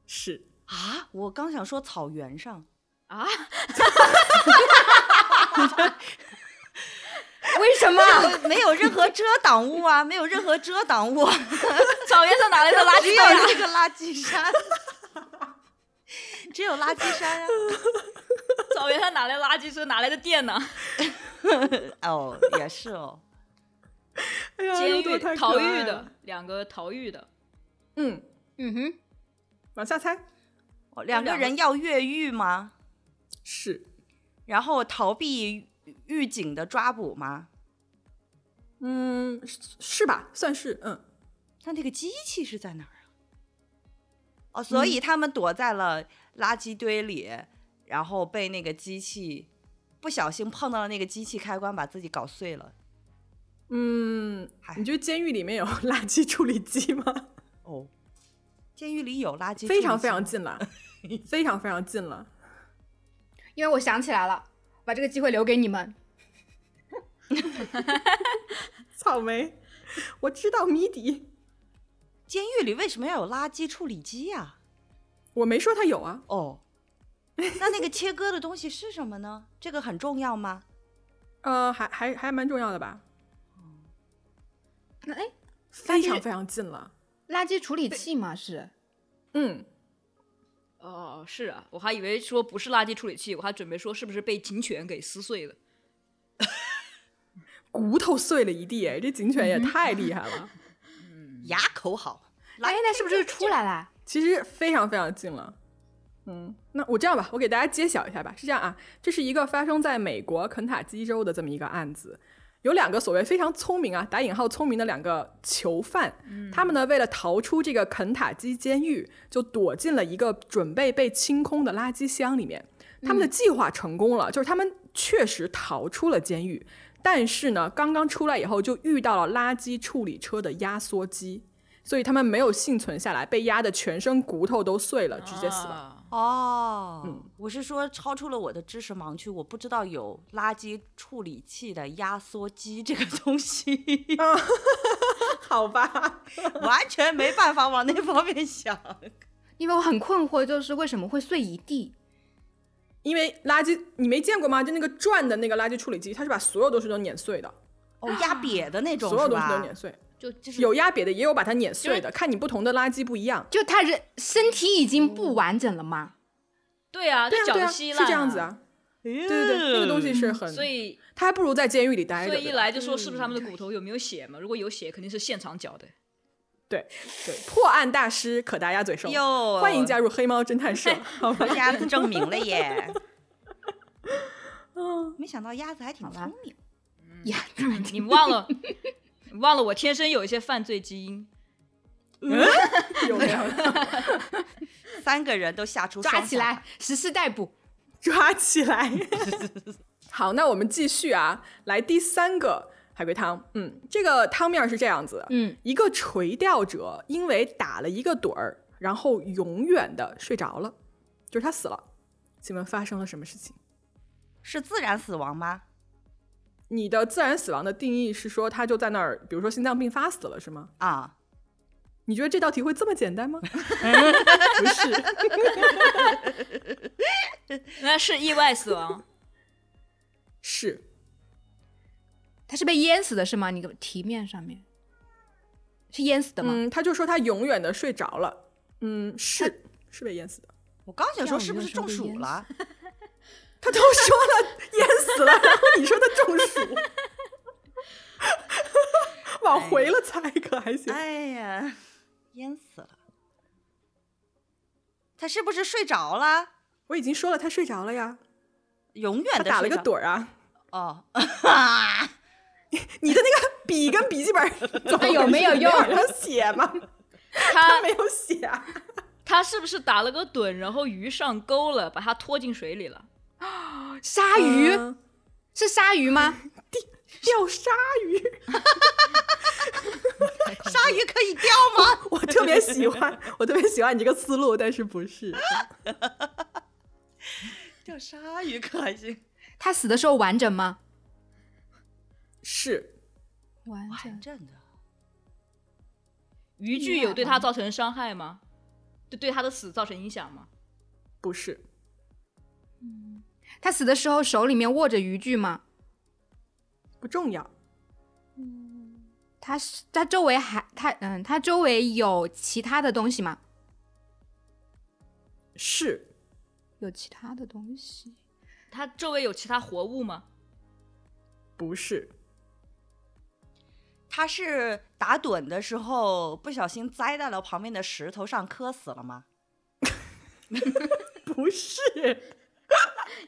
Speaker 1: 是
Speaker 3: 啊？我刚想说草原上，
Speaker 4: 啊，
Speaker 2: 为什么？
Speaker 3: 没有任何遮挡物啊，没有任何遮挡物啊，
Speaker 4: 草原上哪来的垃
Speaker 3: 只
Speaker 4: 圾啊
Speaker 3: 有
Speaker 4: 到呀？
Speaker 3: 这个垃圾山，只有垃圾山啊。
Speaker 4: 草原上哪来垃圾车？哪来的 电呢？
Speaker 3: 哦，也是哦，
Speaker 1: 哎呀，
Speaker 4: 监
Speaker 1: 肉多
Speaker 4: 狱
Speaker 1: 太可
Speaker 4: 逃
Speaker 1: 爱
Speaker 4: 狱
Speaker 1: 了
Speaker 4: 的，两个逃狱的，
Speaker 1: 嗯，
Speaker 2: 嗯哼，
Speaker 1: 往下猜
Speaker 3: 哦两个
Speaker 4: 两个
Speaker 3: 人要越狱吗？
Speaker 1: 是，
Speaker 3: 然后逃避狱警的抓捕吗？
Speaker 1: 嗯，是是吧？算是，嗯，
Speaker 3: 那那个机器是在哪儿啊？哦，所以他们躲在了垃圾堆里，然后被那个机器不小心碰到了那个机器开关，把自己搞碎了。
Speaker 1: 嗯
Speaker 3: 嗨，
Speaker 1: 你觉得监狱里面有垃圾处理机吗？
Speaker 3: 哦，监狱里有垃圾处理器吗，
Speaker 1: 非常非常 近了，非常非常近了。
Speaker 2: 因为我想起来了，把这个机会留给你们。
Speaker 1: 草莓，我知道谜底，
Speaker 3: 监狱里为什么要有垃圾处理机呀、
Speaker 1: 我没说它有啊，
Speaker 3: 哦，那那个切割的东西是什么呢？这个很重要吗？
Speaker 1: 呃，还还还蛮重要的吧，
Speaker 2: 那哎，
Speaker 1: 非常非常近了。
Speaker 2: 垃圾处理器嘛是，
Speaker 1: 嗯，
Speaker 4: 哦，是啊，我还以为说不是垃圾处理器，我还准备说是不是被警犬给撕碎了。
Speaker 1: 骨头碎了一地，哎，这警犬也太厉害了。嗯
Speaker 3: 牙口好，
Speaker 2: 哎，那是不是就出来啦？
Speaker 1: 其实非常非常近了。嗯，那我这样吧，我给大家揭晓一下吧。是这样啊，这是一个发生在美国肯塔基州的这么一个案子，有两个所谓非常聪明啊，打引号聪明的两个囚犯，他们呢为了逃出这个肯塔基监狱，就躲进了一个准备被清空的垃圾箱里面。他们的计划成功了，就是他们确实逃出了监狱，但是呢，刚刚出来以后就遇到了垃圾处理车的压缩机。所以他们没有幸存下来，被压得全身骨头都碎了，直接死了。
Speaker 4: 啊
Speaker 3: 哦，我是说超出了我的知识盲区，我不知道有垃圾处理器的压缩机这个东西，
Speaker 1: 好吧，
Speaker 3: 完全没办法往那方面想。
Speaker 2: 因为我很困惑，就是为什么会碎一地？
Speaker 1: 因为垃圾你没见过吗？就那个转的那个垃圾处理机，它是把所有东西都碾碎的，
Speaker 3: 哦，压瘪的那种
Speaker 1: 所有
Speaker 3: 是
Speaker 1: 东西都
Speaker 3: 吧？
Speaker 1: 碾碎。
Speaker 3: 就就是
Speaker 1: 有压瘪的，也有把它碾碎的，看你不同的垃圾不一样。
Speaker 2: 就他人身体已经不完整了吗？
Speaker 4: 对啊，
Speaker 1: 对啊，
Speaker 4: 这脚
Speaker 1: 对啊，
Speaker 4: 稀
Speaker 1: 是
Speaker 4: 烂、嗯
Speaker 1: 这样子。啊。对对对，那个东西是很，
Speaker 4: 所以，
Speaker 1: 他还不如在监狱里待着。
Speaker 4: 所以一
Speaker 1: 对吧
Speaker 4: 来就说是不是他
Speaker 1: 嗯
Speaker 4: 们的骨头有没有血嘛？如果有血，肯定是现场绞 的。
Speaker 1: 对对，破案大师可达鸭嘴兽，
Speaker 3: 哟，
Speaker 1: 欢迎加入黑猫侦探 社。好吧，
Speaker 3: 入鸭子证明了 耶。没想到鸭子还
Speaker 2: 嗯
Speaker 3: 挺
Speaker 2: 好吧
Speaker 3: 聪明。
Speaker 2: 呀，
Speaker 4: 你忘了，你忘了我天生有一些犯罪基因。
Speaker 1: 有没有
Speaker 3: 三个人都吓出
Speaker 2: 抓
Speaker 3: 双
Speaker 2: 起
Speaker 3: 脚
Speaker 2: 来，实施逮捕。
Speaker 1: 抓起来？ 好，那我们继续啊，来第三个海龟汤。嗯，这个汤面是这样子的，
Speaker 2: 嗯，
Speaker 1: 一个垂钓者因为打了一个盹儿，然后永远的睡着了，就是他死了。请问发生了什么事情？
Speaker 3: 是自然死亡吗？
Speaker 1: 你的自然死亡的定义是说他就在那儿，比如说心脏病发死了，是吗？
Speaker 3: 啊，
Speaker 1: 你觉得这道题会这么简单吗？不是，
Speaker 4: 那是意外死 亡，
Speaker 1: 是
Speaker 2: 他是被淹死的是吗？你个题面上面是淹死的吗？
Speaker 1: 嗯，他就说他永远的睡着了，嗯，是是被淹死的。
Speaker 3: 我刚想说是不
Speaker 2: 钓鱼的
Speaker 3: 是
Speaker 2: 时候被
Speaker 3: 中暑
Speaker 2: 淹
Speaker 3: 了？
Speaker 1: 他都说了淹死了，然后你说他中暑，往回了猜可还行。
Speaker 3: 哎呀，淹死了。他是不是睡着了？
Speaker 1: 我已经说了，他睡着了呀，
Speaker 3: 永远
Speaker 1: 他
Speaker 3: 的
Speaker 1: 打了一个盹儿啊。
Speaker 3: 哦，
Speaker 1: 你的那个笔跟笔记本怎么
Speaker 2: 有没有用
Speaker 1: 他写吗？他
Speaker 4: 他
Speaker 1: 没有写啊。
Speaker 4: 他是不是打了个盹，然后鱼上钩了，把他拖进水里了？
Speaker 2: 鲨鱼、
Speaker 1: 嗯
Speaker 2: 是鲨鱼吗？
Speaker 1: 钓鲨鱼，
Speaker 3: 鲨鱼可以钓吗？
Speaker 1: 我特别喜欢，我特别喜欢你这个思路，但是不是？
Speaker 3: 钓鲨鱼可 还行，
Speaker 2: 他死的时候完整吗？
Speaker 1: 是
Speaker 2: 完
Speaker 3: 完。整的。
Speaker 4: 渔具有对他造成伤害吗？对对他的死造成影响吗？
Speaker 1: 不是？
Speaker 2: 他死的时候手里面握着渔具吗？
Speaker 1: 不重要。
Speaker 2: 它是它周围还它嗯，它周围有其他的东西吗？
Speaker 1: 是
Speaker 2: 有其他的东西，
Speaker 4: 它周围有其他活物吗？
Speaker 1: 不是？
Speaker 3: 他是打盹的时候不小心栽在了旁边的石头上，磕死了吗？
Speaker 1: 不是，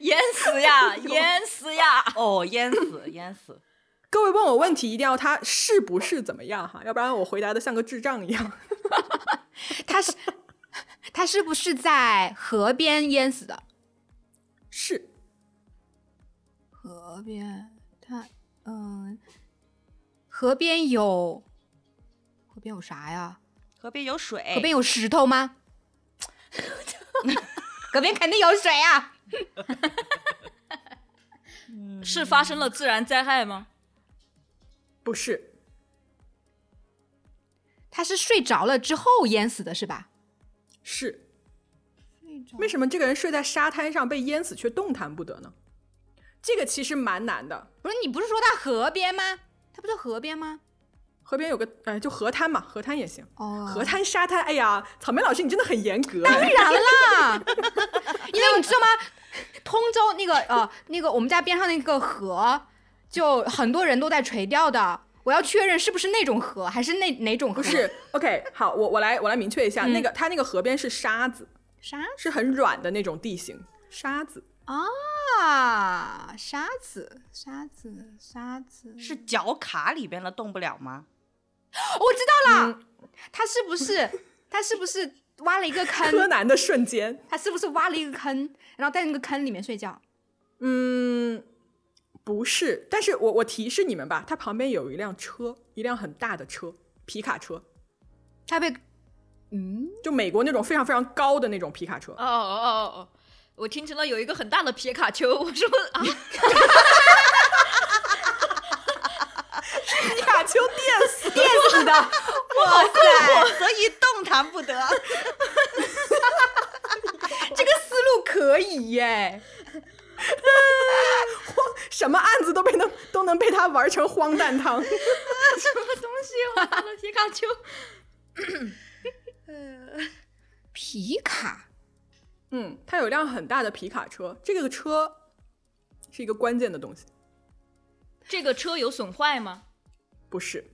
Speaker 4: 淹死 呀，淹死呀！
Speaker 3: 哦，淹死，淹死。
Speaker 1: 各位问我问题一定要他是不是怎么样哈，要不然我回答的像个智障一样。
Speaker 2: 它是 它是不是在河边淹死的？
Speaker 1: 是
Speaker 2: 河边，它嗯，河边有河边有啥呀？
Speaker 3: 河边有水，
Speaker 2: 河边有石头吗？ 河边肯定有水啊！
Speaker 4: 是发生了自然灾害吗？
Speaker 1: 不是？
Speaker 2: 他是睡着了之后淹死的，是吧？
Speaker 1: 是
Speaker 2: 睡着
Speaker 1: 为什么这个人睡在沙滩上被淹死却动弹不得呢？这个其实蛮难的。
Speaker 2: 不是你不是说他河边吗？他不是河边吗？
Speaker 1: 河边有个呃，就河滩嘛，河滩也行。
Speaker 2: 哦，
Speaker 1: 河滩、沙滩，哎呀，草莓老师，你真的很严格。
Speaker 2: 当然啦，因为你知道吗？通州那个呃，那个我们家边上那个河，就很多人都在垂钓的。我要确认是不是那种河，还是那哪种河？
Speaker 1: 不是，OK，好，我我来我来明确一
Speaker 2: 嗯
Speaker 1: 下，那个它那个河边是沙子，
Speaker 2: 啥
Speaker 1: 是很软的那种地形，沙子
Speaker 2: 啊？沙子，沙子，沙子。
Speaker 3: 是脚卡里边了，动不了吗？
Speaker 2: 我知道了，他是不是他是不是挖了一个
Speaker 1: 柯
Speaker 2: 坑？
Speaker 1: 南的瞬间，
Speaker 2: 他是不是挖了一个坑，然后在那个坑里面睡觉？
Speaker 1: 嗯，不是，但是我我提示你们吧，它旁边有一辆车，一辆很大的车，皮卡车，
Speaker 2: 他被嗯，
Speaker 1: 就美国那种非常非常高的那种皮卡车，
Speaker 4: 哦哦哦哦哦！我听成了有一个很大的皮卡丘，我 说啊，
Speaker 1: 皮卡丘 电死，
Speaker 2: 电死的，
Speaker 3: 哇塞，所以动弹不得。
Speaker 2: 这个思路可以耶。
Speaker 1: 什么案子都被能都能被他玩成荒诞汤。
Speaker 4: 什么东西？我打了皮卡丘。
Speaker 2: 皮卡
Speaker 1: 嗯，它有一辆很大的皮卡车，这个车是一个关键的东西，
Speaker 4: 这个车有损坏吗？
Speaker 1: 不是，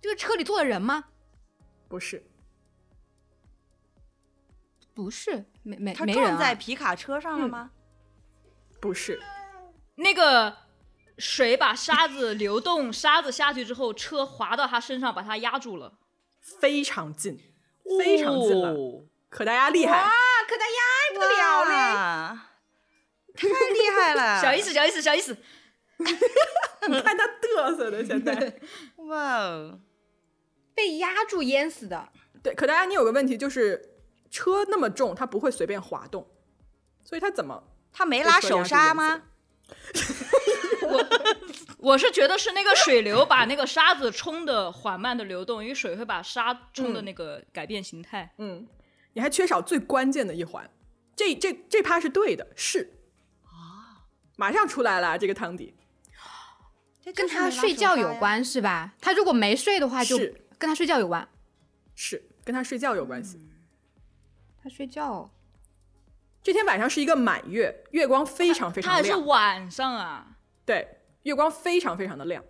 Speaker 2: 这个车里坐的人吗？
Speaker 1: 不是，
Speaker 2: 不是，没没
Speaker 3: 他
Speaker 2: 没人、
Speaker 3: 撞
Speaker 2: 啊、
Speaker 3: 在皮卡车上了吗？
Speaker 1: 不是，
Speaker 4: 那个水把沙子流动，沙子下去之后，车滑到他身上，把他压住了。
Speaker 1: 非常近，非常近了，
Speaker 3: 哦
Speaker 1: 可大家厉害。
Speaker 2: 啊，可他压不了啊嘞。
Speaker 3: 哇太厉害了！
Speaker 4: 小意思，小意思，小意思。
Speaker 1: 你看他嘚瑟的现 在。
Speaker 3: 哇哦，
Speaker 2: 被压住淹死的，
Speaker 1: 对，可大家你有个问题就是，车那么重，它不会随便滑动，所以它怎么？
Speaker 3: 他没拉手刹吗？
Speaker 4: 我是觉得是那个水流把那个沙子冲的缓慢的流动，因为水会把沙冲的那个改变形态。
Speaker 1: 嗯，你还缺少最关键的一环。这这这趴是对的，是啊，马上出来了这个汤底。
Speaker 3: 这就
Speaker 2: 跟
Speaker 3: 是没
Speaker 2: 他
Speaker 3: 拉手
Speaker 2: 睡觉有
Speaker 3: 刹呀。
Speaker 2: 关是吧？他如果没睡的话，就是跟他睡觉有关。
Speaker 1: 是跟他睡觉有关系。
Speaker 2: 他睡觉，
Speaker 1: 这天晚上是一个满月，月光非常非
Speaker 4: 它
Speaker 1: 常
Speaker 4: 还是
Speaker 1: 亮，
Speaker 4: 晚上啊，
Speaker 1: 对，月光非常非常的亮，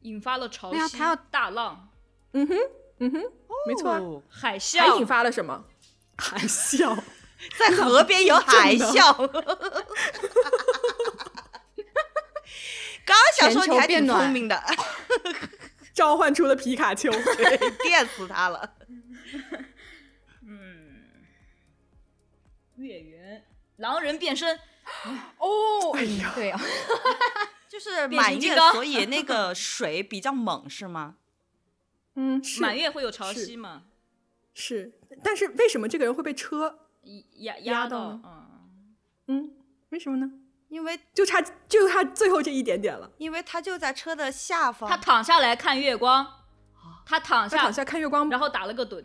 Speaker 4: 引发了潮
Speaker 2: 哎呀
Speaker 4: 汐、
Speaker 2: 它要
Speaker 4: 大浪、
Speaker 1: 没错、啊。
Speaker 3: 哦
Speaker 4: 海啸。
Speaker 1: 还引发了什么？海啸，
Speaker 3: 在河边有海啸。刚想说你还挺聪明的，
Speaker 1: 召唤出了皮卡丘。
Speaker 3: 电死他了。
Speaker 4: 月圆，狼人变身，
Speaker 2: 哦，
Speaker 1: 哎呀
Speaker 2: 对啊，
Speaker 3: 就是
Speaker 4: 变
Speaker 3: 满
Speaker 4: 形金
Speaker 3: 月，
Speaker 4: 刚
Speaker 3: 所以那个水比较猛，是吗？
Speaker 1: 嗯，是
Speaker 4: 满月会有潮
Speaker 1: 是
Speaker 4: 汐嘛？
Speaker 1: 是，但是为什么这个人会被车？
Speaker 4: 压
Speaker 1: 压到
Speaker 4: 到
Speaker 1: 了，
Speaker 4: 嗯，
Speaker 1: 嗯，为什么呢？
Speaker 3: 因为
Speaker 1: 就差就差最后这一点点了。
Speaker 3: 因为他就在车的下方，
Speaker 4: 他躺下来看月光，他躺
Speaker 1: 啊他
Speaker 4: 下
Speaker 1: 躺，下看月光，
Speaker 4: 然后打了个盹，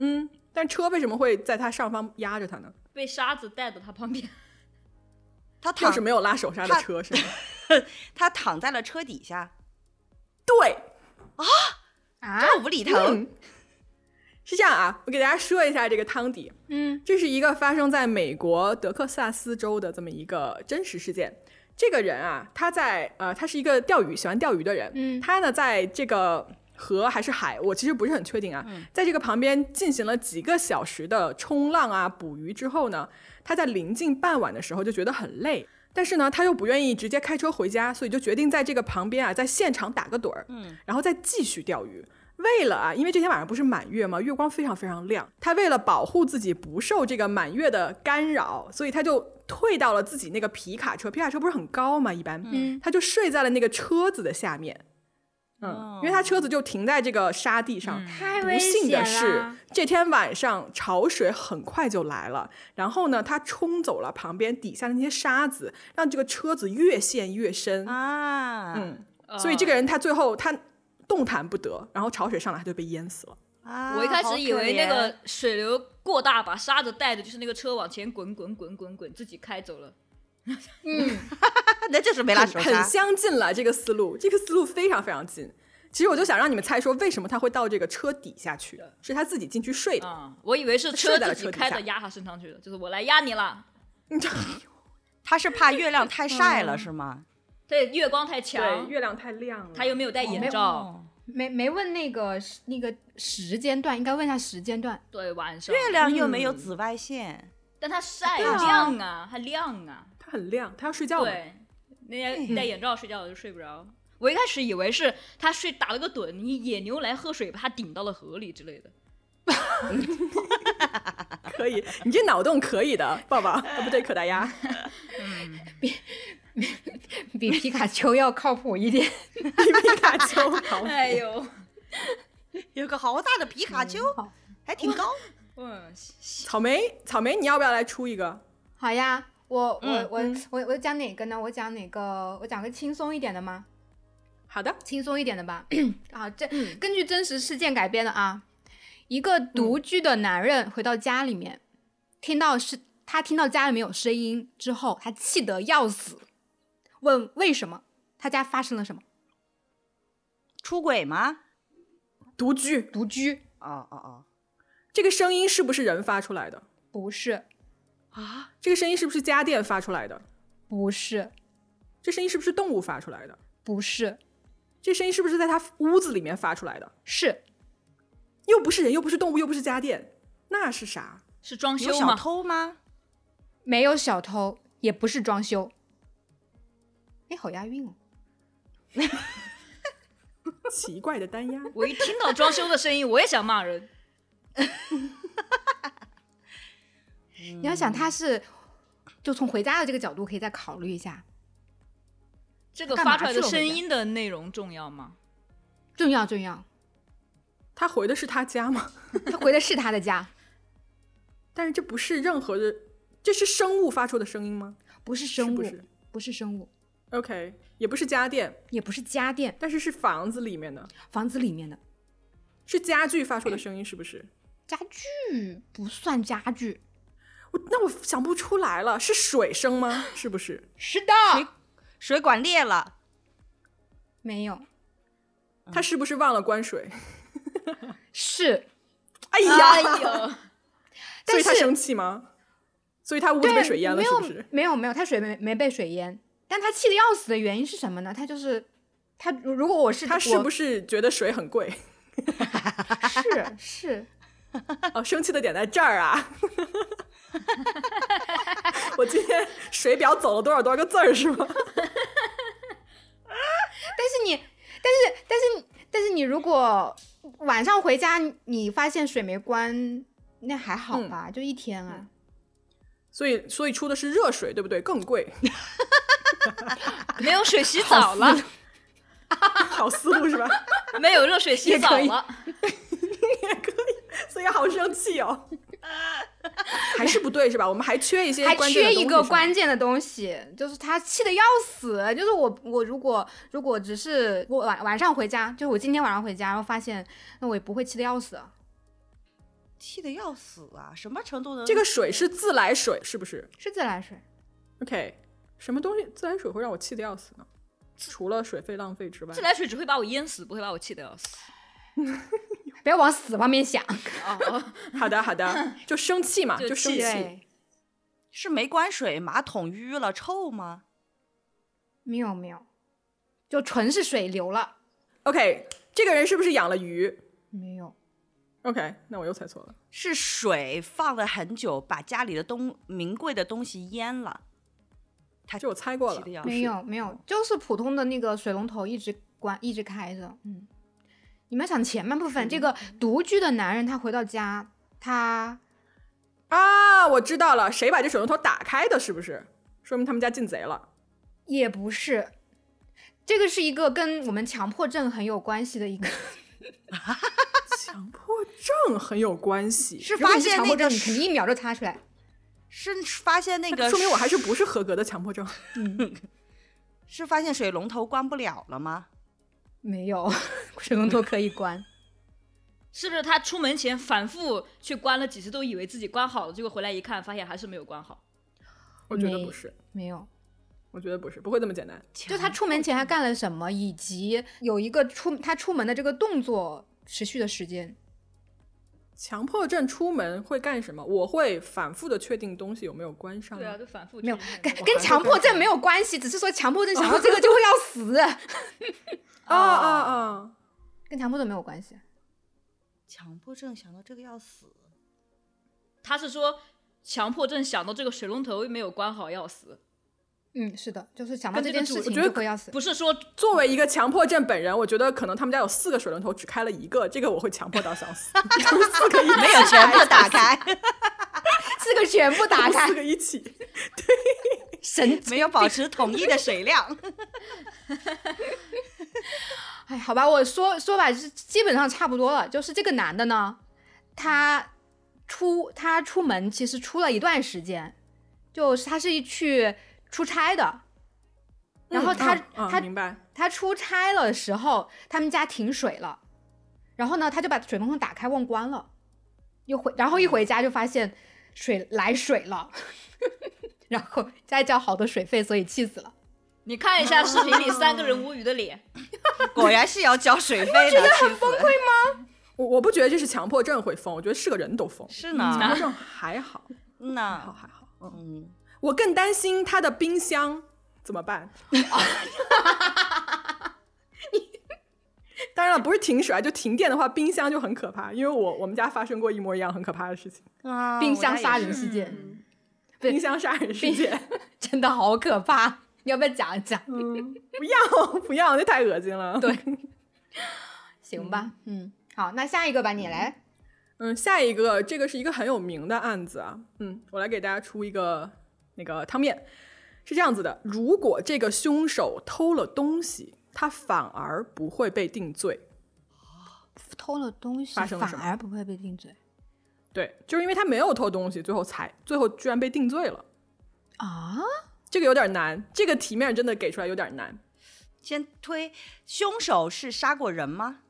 Speaker 1: 嗯，但车为什么会在他上方压着他呢？
Speaker 4: 被沙子带到他旁边。
Speaker 3: 他
Speaker 1: 又
Speaker 3: 躺
Speaker 1: 是没有拉手刹的
Speaker 3: 他
Speaker 1: 车是吗？
Speaker 3: 他躺在了车底下，
Speaker 1: 对，
Speaker 2: 啊，
Speaker 3: 这无厘头。
Speaker 1: 嗯，是这样啊，我给大家说一下这个汤底。
Speaker 2: 嗯
Speaker 1: 这是一个发生在美国德克萨斯州的这么一个真实事件。这个人啊，他在呃，他是一个钓鱼喜欢钓鱼的人，
Speaker 2: 嗯
Speaker 1: 他呢在这个河还是海，我其实不是很确定啊，
Speaker 2: 嗯
Speaker 1: 在这个旁边进行了几个小时的冲浪啊、捕鱼之后呢，他在临近傍晚的时候就觉得很累。但是呢，他又不愿意直接开车回家，所以就决定在这个旁边啊，在现场打个盹儿，嗯，然后再继续钓鱼。为了啊，因为这天晚上不是满月嘛，月光非常非常亮。他为了保护自己不受这个满月的干扰，所以他就退到了自己那个皮卡车。皮卡车不是很高嘛，一般，
Speaker 2: 嗯
Speaker 1: 他就睡在了那个车子的下面。嗯，因为他车子就停在这个沙地上。
Speaker 2: 太
Speaker 1: 不
Speaker 2: 危
Speaker 1: 幸
Speaker 2: 险
Speaker 1: 的是
Speaker 2: 了，，
Speaker 1: 这天晚上潮水很快就来了，然后呢，它冲走了旁边底下的那些沙子，让这个车子越陷越深。
Speaker 3: 啊，
Speaker 1: 嗯，所以这个人他最后他动弹不得，然后潮水上来他就被淹死了。
Speaker 3: 啊
Speaker 4: 我一开始以为那，
Speaker 3: 好可怜
Speaker 4: 个水流过大，把沙子带着，就是那个车往前滚滚滚滚滚，自己开走了。
Speaker 3: 啊那就是没拉手
Speaker 1: 很很
Speaker 3: 刹，
Speaker 1: 相近了，这个思路，这个思路非常非常近。其实我就想让你们猜说，为什么他会到这个车底下去？是他自己进去睡的。
Speaker 4: 啊、我以为是
Speaker 1: 睡
Speaker 4: 车
Speaker 1: 在了
Speaker 4: 自
Speaker 1: 车
Speaker 4: 己
Speaker 1: 底
Speaker 4: 开
Speaker 1: 下
Speaker 4: 着压他身上去的，就是我来压你了。
Speaker 3: 他是怕月亮太晒了是吗？
Speaker 4: 对，月光太强，
Speaker 1: 啊月亮太亮了
Speaker 4: 他又没有戴眼罩，
Speaker 3: 哦
Speaker 2: 没没问那个时那个时间段，应该问一下时间段。
Speaker 4: 对，晚上，
Speaker 3: 月亮又没有紫外线，
Speaker 4: 但它晒亮啊，它亮啊，
Speaker 1: 他很亮，他要睡觉了。
Speaker 4: 对，那些戴眼罩睡觉我就睡不着。我一开始以为是他睡打了个盹，你野牛来喝水把他顶到了河里之类的。
Speaker 1: 可以，你这脑洞可以的，抱抱，啊不对，可达鸭。
Speaker 2: 比皮卡丘要靠谱一点。
Speaker 1: 皮卡丘，好
Speaker 4: 哎 呦，
Speaker 3: 有个好大的皮卡丘，
Speaker 2: 好
Speaker 3: 还挺高。
Speaker 4: 嗯，西
Speaker 1: 草莓，草莓，你要不要来出一个？
Speaker 2: 好呀，我我
Speaker 3: 嗯
Speaker 2: 我我我讲哪个呢？我讲哪个？我讲个轻松一点的吗？
Speaker 1: 好的，
Speaker 2: 轻松一点的 吧。啊，这根据真实事件改编的啊。一个独居的男人回到家里面，听到是他听到家里面有声音之后，他气得要死，问为什么？他家发生了什么？
Speaker 3: 出轨吗？
Speaker 1: 独居，
Speaker 2: 独居
Speaker 3: 哦哦哦，
Speaker 1: 这个声音是不是人发出来的？
Speaker 2: 不是
Speaker 3: 啊，
Speaker 1: 这个声音是不是家电发出来的？
Speaker 2: 不是
Speaker 1: 这声音是不是动物发出来的？
Speaker 2: 不是
Speaker 1: 这声音是不是在他屋子里面发出来的？
Speaker 2: 是
Speaker 1: 又不是人，又不是动物，又不是家电，那是啥？
Speaker 4: 是装
Speaker 3: 有
Speaker 4: 修
Speaker 3: 小
Speaker 4: 吗？
Speaker 3: 偷吗？
Speaker 2: 没有小偷，也不是装修。哎，好押韵哦。
Speaker 1: 奇怪的单压，
Speaker 4: 我一听到装修的声音，我也想骂人。
Speaker 2: 你要想他是，就从回家的这个角度可以再考虑一下，
Speaker 4: 这个
Speaker 2: 干嘛
Speaker 4: 发出来的
Speaker 2: 去了
Speaker 4: 声
Speaker 2: 回家
Speaker 4: 音的内容重要吗？
Speaker 2: 重要重要。
Speaker 1: 他回的是他家吗？
Speaker 2: 他回的是他的家，
Speaker 1: 但是这不是任何的，这是生物发出的声音吗？
Speaker 2: 不是生物，
Speaker 1: 是不是
Speaker 2: 不是生物，
Speaker 1: ？OK，也不是家电，
Speaker 2: 也不是家电，
Speaker 1: 但是是房子里面的，
Speaker 2: 房子里面的
Speaker 1: 是家具发出的声音，是不是？
Speaker 2: 家具不算家具。
Speaker 1: 我那我想不出来了，是水声吗？ 是不是？
Speaker 2: 是的，
Speaker 3: 水管裂了，
Speaker 2: 没有，
Speaker 1: 他是不是忘了关水？
Speaker 2: 是，
Speaker 1: 哎
Speaker 4: 哎
Speaker 1: 呀，
Speaker 4: 呦，
Speaker 1: 所以他
Speaker 2: 但是
Speaker 1: 生气吗？所以他屋子
Speaker 2: 对，
Speaker 1: 被水淹了，
Speaker 2: 没
Speaker 1: 是
Speaker 2: 有
Speaker 1: 不是？
Speaker 2: 没有没有，他水没没被水淹，但他气得要死的原因是什么呢？他就是他，如如果我是
Speaker 1: 他是不
Speaker 2: 是
Speaker 1: 是觉得水很贵？
Speaker 2: 是 是
Speaker 1: 哦，生气的点在这儿啊！ 我今天水表走了多少多少个字儿是吗？
Speaker 2: 但是你，但是但是你但是你如果晚上回家，你发现水没关，那还好
Speaker 1: 嗯
Speaker 2: 吧，就一天啊。
Speaker 1: 所以所以出的是热水，对不对？更贵，
Speaker 4: 没有水洗澡了，
Speaker 1: 好思路是吧？
Speaker 4: 没有热水洗澡
Speaker 2: 也
Speaker 4: 了，
Speaker 1: 也可以，所以好生气哦。还是不对是吧？我们还缺一些
Speaker 2: 还
Speaker 1: 关键的东
Speaker 2: 缺一
Speaker 1: 西
Speaker 2: 个
Speaker 1: 是吧
Speaker 2: 关键的东西，就是他气得要死。就是我，我如果如果只是我晚晚上回家，就是我今天晚上回家，然后发现，那我也不会气得要死。
Speaker 3: 气得要死啊！什么程度的
Speaker 1: 这个水是自来水是不是
Speaker 2: 是自来水，
Speaker 1: ？OK，什么东西自来水会让我气得要死呢？除了水费浪费之外
Speaker 4: 自，来水只会把我淹死，不会把我气得要死。
Speaker 2: 不要往死方 面想。
Speaker 4: 哦，哦
Speaker 1: 好的好的，就生气嘛，
Speaker 4: 就
Speaker 1: 就生
Speaker 4: 气
Speaker 1: 气。
Speaker 2: 对，
Speaker 3: 是没关水，马桶淤了，臭吗？
Speaker 2: 没有没有，就纯是水流了，
Speaker 1: OK，这个人是不是养了鱼
Speaker 2: 没有。
Speaker 1: ？OK，那我又猜错了。
Speaker 3: 是水放了很久，把家里的东名贵的东西淹了。
Speaker 2: 哎
Speaker 3: 他
Speaker 1: 这我猜过
Speaker 3: 气
Speaker 1: 了
Speaker 3: 得，要
Speaker 2: 没
Speaker 3: 死
Speaker 2: 有没有，就是普通的那个水龙头一直关一直开着。嗯，你们想前半部分，这个独居的男人他回到家，他
Speaker 1: 啊，我知道了，谁把这水龙头打开的？是不是？说明他们家进贼了。
Speaker 2: 也不是，这个是一个跟我们强迫症很有关系的一 个，
Speaker 1: 强迫症很有关系，
Speaker 2: 是如果
Speaker 3: 发
Speaker 2: 你是
Speaker 3: 现
Speaker 2: 强
Speaker 3: 那
Speaker 2: 迫
Speaker 3: 个
Speaker 2: 症，你肯定一秒就擦出来。
Speaker 3: 是发现那个
Speaker 1: 说明我还是不是合格的强迫症。
Speaker 3: 是发现水龙头关不了了吗？
Speaker 2: 没 有，水龙头可以关。
Speaker 4: 是不是他出门前反复去关了几次，都以为自己关好了，结果回来一看，发现还是没有关好。
Speaker 1: 我觉得
Speaker 2: 没
Speaker 1: 不是，
Speaker 2: 没有，
Speaker 1: 我觉得不是，不会这么简单。
Speaker 2: 就他出门前他干了什么，以及有一个出他出门的这个动作持续的时间。
Speaker 1: 强迫症出门会干什么？我会反复的确定东西有没有关上。
Speaker 4: 对啊，就反复
Speaker 2: 没有
Speaker 4: 去那
Speaker 2: 跟
Speaker 4: 个
Speaker 2: 跟强迫症没有关系，只是说强迫 症想到这个就会要死，
Speaker 1: 啊啊啊！
Speaker 2: 跟强迫症没有关系。
Speaker 3: 强迫症想到这个要死，
Speaker 4: 他是说强迫症想到这个水龙头没有关好要死，
Speaker 2: 嗯，是的，就是想到
Speaker 1: 跟这
Speaker 2: 这件
Speaker 1: 个
Speaker 2: 事
Speaker 1: 主
Speaker 2: 情
Speaker 1: 我觉得
Speaker 2: 就会要死。
Speaker 4: 不是说
Speaker 1: 作为一个强迫症本人，我觉得可能他们家有四个水龙头，只开了一个，这个我会强迫到想 死。四个一
Speaker 3: 没有全部打开，
Speaker 2: 四个全部打 开
Speaker 1: 四，个一起。
Speaker 2: 神经。
Speaker 3: 没有保持统一的水量。
Speaker 2: 哎，好吧，我说说吧，就是基本上差不多了。就是这个男的呢，他出他出门其实出了一段时间，就是他是去出差的，然后他、
Speaker 1: 嗯嗯
Speaker 2: 他
Speaker 1: 明白。
Speaker 2: 他出差了时候，他们家停水了，然后呢，他就把水龙头打开忘关了，又回，然后一回家就发现水来水了， 然后再交好多水费，所以气死了。
Speaker 4: 你看一下视频里三个人无语的脸，
Speaker 3: 果然是要交水费的，觉得很崩溃吗？
Speaker 1: 我我不觉得这是强迫症会疯，我觉得是个人都疯。
Speaker 3: 是
Speaker 2: 嗯
Speaker 1: 强
Speaker 3: 呢
Speaker 2: 啊
Speaker 1: 迫，症还好，还嗯好
Speaker 3: 那
Speaker 1: 还好。
Speaker 3: 嗯，
Speaker 1: 我更担心他的冰箱怎么办。 当然了，不是停水啊，就停电的话，冰箱就很可怕。因为我我们家发生过一模一样很可怕的事情，
Speaker 3: 啊
Speaker 2: 冰箱杀人
Speaker 3: 我家也 是
Speaker 2: 事件、
Speaker 4: 嗯
Speaker 2: 对
Speaker 1: 冰箱杀人事件。
Speaker 2: 真的好可怕，你要不要讲一讲？
Speaker 1: 不要不要，那太恶心了。
Speaker 2: 对行吧，嗯，好，那下一个吧，你来。
Speaker 1: 嗯，下一个这个是一个很有名的案子啊，嗯，我来给大家出一个那个汤面，是这样子的：如果这个凶手偷了东西，他反而不会被定罪，
Speaker 2: 偷了东西
Speaker 1: 发生了什么
Speaker 2: 不会被定罪
Speaker 1: 对，就是因为他没有偷东西，最后才最后居然被定罪了。
Speaker 2: 啊？
Speaker 1: 这个有点难，这个题面真的给出来有点难，
Speaker 3: 先推凶手是杀过人吗？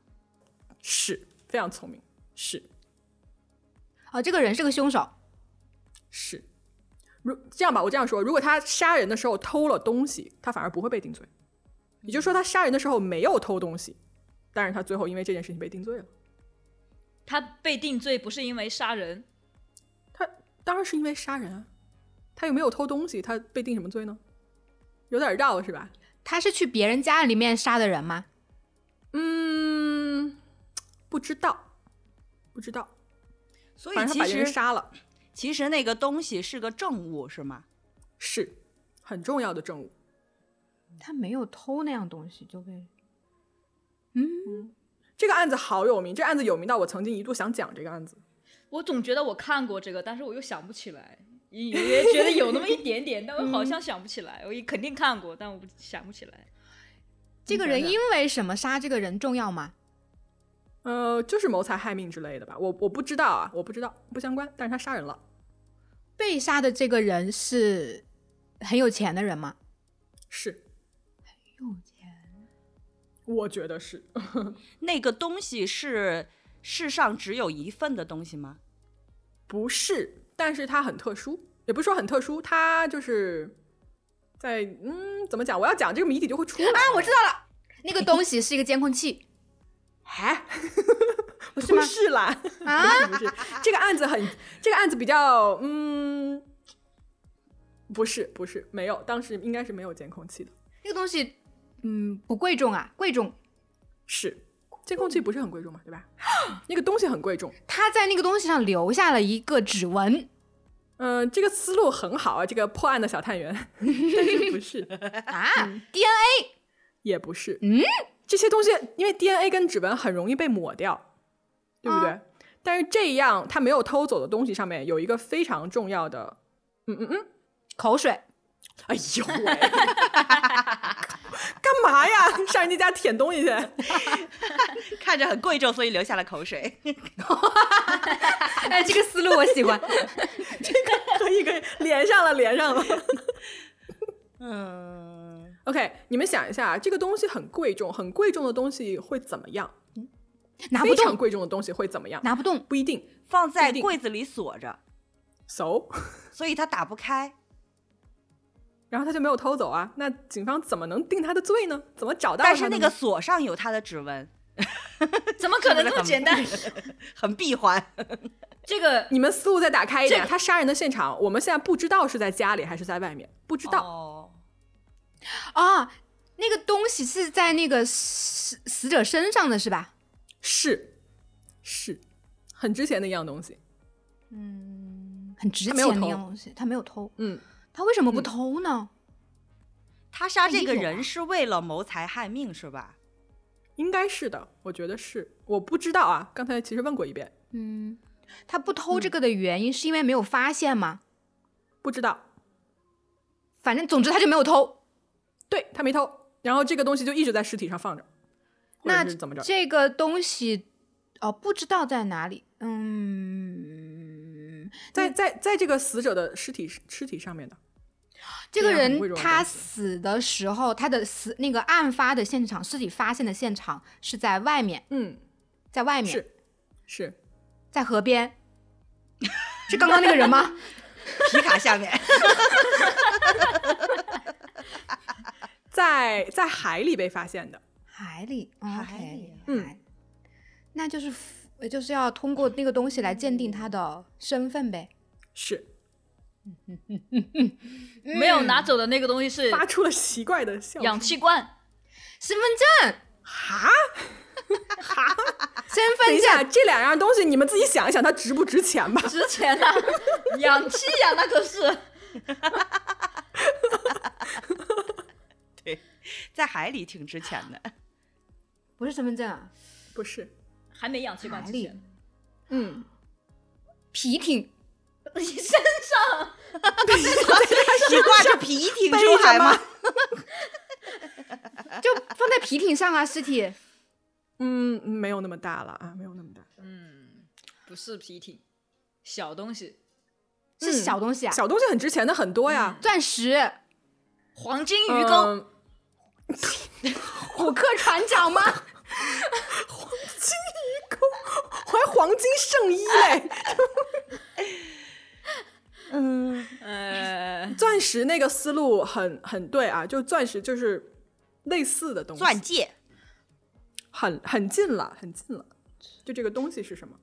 Speaker 1: 是非常聪明，是
Speaker 2: 哦，这个人是个凶手，
Speaker 1: 是。如这样吧，我这样说，如果他杀人的时候偷了东西，他反而不会被定罪。也就是说，他杀人的时候没有偷东西，但是他最后因为这件事情被定罪了。
Speaker 4: 他被定罪不是因为杀人，
Speaker 1: 他当然是因为杀人啊，他又没有偷东西，他被定什么罪呢？有点绕是吧？
Speaker 2: 他是去别人家里面杀的人吗？
Speaker 1: 嗯，不知道，不知道，
Speaker 3: 所以
Speaker 1: 反正他
Speaker 3: 其
Speaker 1: 把人
Speaker 3: 实
Speaker 1: 杀了，
Speaker 3: 其实那个东西是个证物是吗？
Speaker 1: 是很重要的证物。
Speaker 2: 他没有偷那样东西就被，
Speaker 1: 这个案子好有名，这案子有名到我曾经一度想讲这个案子。
Speaker 4: 我总觉得我看过这个，但是我又想不起来，隐隐约约觉得有那么一点点，但我好像想不起来。我也肯定看过，但我不想不起来。
Speaker 2: 这个人
Speaker 1: 想想
Speaker 2: 因为什么杀这个人重要吗？
Speaker 1: 呃，就是谋财害命之类的吧，我我不知道啊，我不知道，不相关。但是他杀人了，
Speaker 2: 被杀的这个人是很有钱的人吗？
Speaker 1: 是，
Speaker 2: 有钱。
Speaker 1: 我觉得是，
Speaker 3: 那个东西是世上只有一份的东西吗？
Speaker 1: 不是，但是它很特殊，也不是说很特殊，它就是在嗯，怎么讲？我要讲这个谜底就会出来。
Speaker 2: 啊， 我知道了，那个东西是一个监控器
Speaker 1: 哎，不是是啦，
Speaker 2: 啊，
Speaker 1: 不是这个案子很，这个案子比较嗯，不是不是没有，当时应该是没有监控器的，
Speaker 2: 那个东西，嗯，不贵重啊，贵重。
Speaker 1: 是监控器不是很贵重嘛，对 吧？那个东西很贵重，
Speaker 2: 他在那个东西上留下了一个指纹
Speaker 1: 嗯、这个思路很好啊，这个破案的小探 员，但是不是
Speaker 2: 啊，DNA
Speaker 1: 也不是，
Speaker 2: 嗯，
Speaker 1: 这些东西因为 DNA 跟指纹很容易被抹掉，对不对？但是这样他没有偷走的东西上面有一个非常重要的，嗯嗯嗯。
Speaker 2: 口 水，
Speaker 1: 哎呦喂！干嘛呀？上人家家舔东西去？
Speaker 3: 看着很贵重，所以流下了口水。
Speaker 2: 哎，这个思路我喜 欢。
Speaker 1: 可以可以，连上了，连上了。
Speaker 3: 嗯，
Speaker 1: OK，你们想一下，啊这个东西很贵重，很贵重的东西会怎么样？
Speaker 2: 拿
Speaker 1: 非
Speaker 2: 不
Speaker 1: 常
Speaker 2: 动，
Speaker 1: 贵重的东西会怎么样？
Speaker 2: 拿不动，
Speaker 1: 不一定。
Speaker 3: 放
Speaker 1: 不
Speaker 3: 在
Speaker 1: 一定
Speaker 3: 柜子里锁着，
Speaker 1: So，
Speaker 3: 所以他打不开。
Speaker 1: 然后他就没有偷走啊。那警方怎么能定他的罪呢？怎么找到他
Speaker 3: 但
Speaker 1: 呢？
Speaker 3: 是那个锁上有他的指纹，
Speaker 4: 怎么可能那么简单？
Speaker 3: 很闭环。
Speaker 4: 这个
Speaker 1: 你们思路再打开一点，
Speaker 4: 这个
Speaker 1: 他杀人的现场，我们现在不知道是在家里还是在外面，不知道。
Speaker 3: 哦，
Speaker 2: 啊，那个东西是在那个死死者身上的是吧？
Speaker 1: 是是，很值钱的一样东西。
Speaker 2: 嗯，很值
Speaker 1: 他
Speaker 2: 钱
Speaker 1: 没有
Speaker 2: 的一
Speaker 1: 偷
Speaker 2: 样东西，他没有偷，
Speaker 1: 嗯，
Speaker 2: 他为什么不
Speaker 1: 嗯
Speaker 2: 偷呢？
Speaker 3: 他杀这个
Speaker 2: 哎有啊
Speaker 3: 人是为了谋财害命是吧？
Speaker 1: 应该是的，我觉得是。我不知道啊，刚才其实问过一遍，
Speaker 2: 嗯，他不偷这个的原因是因为没有发现吗？
Speaker 1: 不知道。
Speaker 2: 反正总之他就没有偷。
Speaker 1: 对他没偷，然后这个东西就一直在尸体上放着，或者
Speaker 2: 那
Speaker 1: 是怎么着？
Speaker 2: 这个东西哦，不知道在哪里。嗯，
Speaker 1: 在在在这个死者的尸体尸体上面的，
Speaker 2: 这个
Speaker 1: 对啊很贵
Speaker 2: 人
Speaker 1: 重的
Speaker 2: 他
Speaker 1: 东西
Speaker 2: 死的时候，他的死那个案发的现场，尸体发现的现场是在外面，
Speaker 1: 嗯，
Speaker 2: 在外面，
Speaker 1: 是是，
Speaker 2: 在河边。是刚刚那个人吗？
Speaker 3: 皮卡下面
Speaker 1: 在在海里被发现的，
Speaker 2: 海里，
Speaker 3: 海里
Speaker 2: OK，
Speaker 1: 嗯
Speaker 2: 海，那就是呃就是要通过那个东西来鉴定他的身份呗。
Speaker 1: 是
Speaker 4: 没有拿走的那个东西是
Speaker 1: 嗯发出了奇怪的笑
Speaker 4: 氧
Speaker 1: 声。
Speaker 4: 气罐，
Speaker 2: 身份证，
Speaker 1: 哈，
Speaker 2: 身
Speaker 1: 等一
Speaker 2: 份
Speaker 1: 下，
Speaker 2: 证，
Speaker 1: 这两样东西你们自己想一想，它值不值钱吧？
Speaker 4: 值钱呐、 氧气呀、那可是。
Speaker 3: 在海里挺值钱的。
Speaker 2: 不是身份证啊，
Speaker 1: 不是，
Speaker 4: 还没氧气罐之前，
Speaker 1: 嗯，
Speaker 2: 皮艇，
Speaker 4: 你身上
Speaker 3: 你挂着皮艇
Speaker 1: 背
Speaker 3: 出海
Speaker 1: 着吗
Speaker 3: 吗？
Speaker 2: 就放在皮艇上啊，尸 体。
Speaker 1: 嗯，没有那么大了啊，没有那么大，
Speaker 4: 嗯不是皮艇，小东西，
Speaker 1: 嗯
Speaker 2: 是小东西啊，
Speaker 1: 小东西很值钱的很多呀，
Speaker 2: 钻石，
Speaker 4: 黄金
Speaker 1: 嗯
Speaker 4: 鱼钩，
Speaker 2: 虎克船长 吗？
Speaker 1: 金鱼钩，还黄金圣衣嘞，
Speaker 3: 嗯，
Speaker 4: 呃，
Speaker 1: 钻石那个思路很很对啊，就钻石就是类似的东西，
Speaker 3: 钻戒。
Speaker 1: 很很近了，很近了。就这个东西是什么？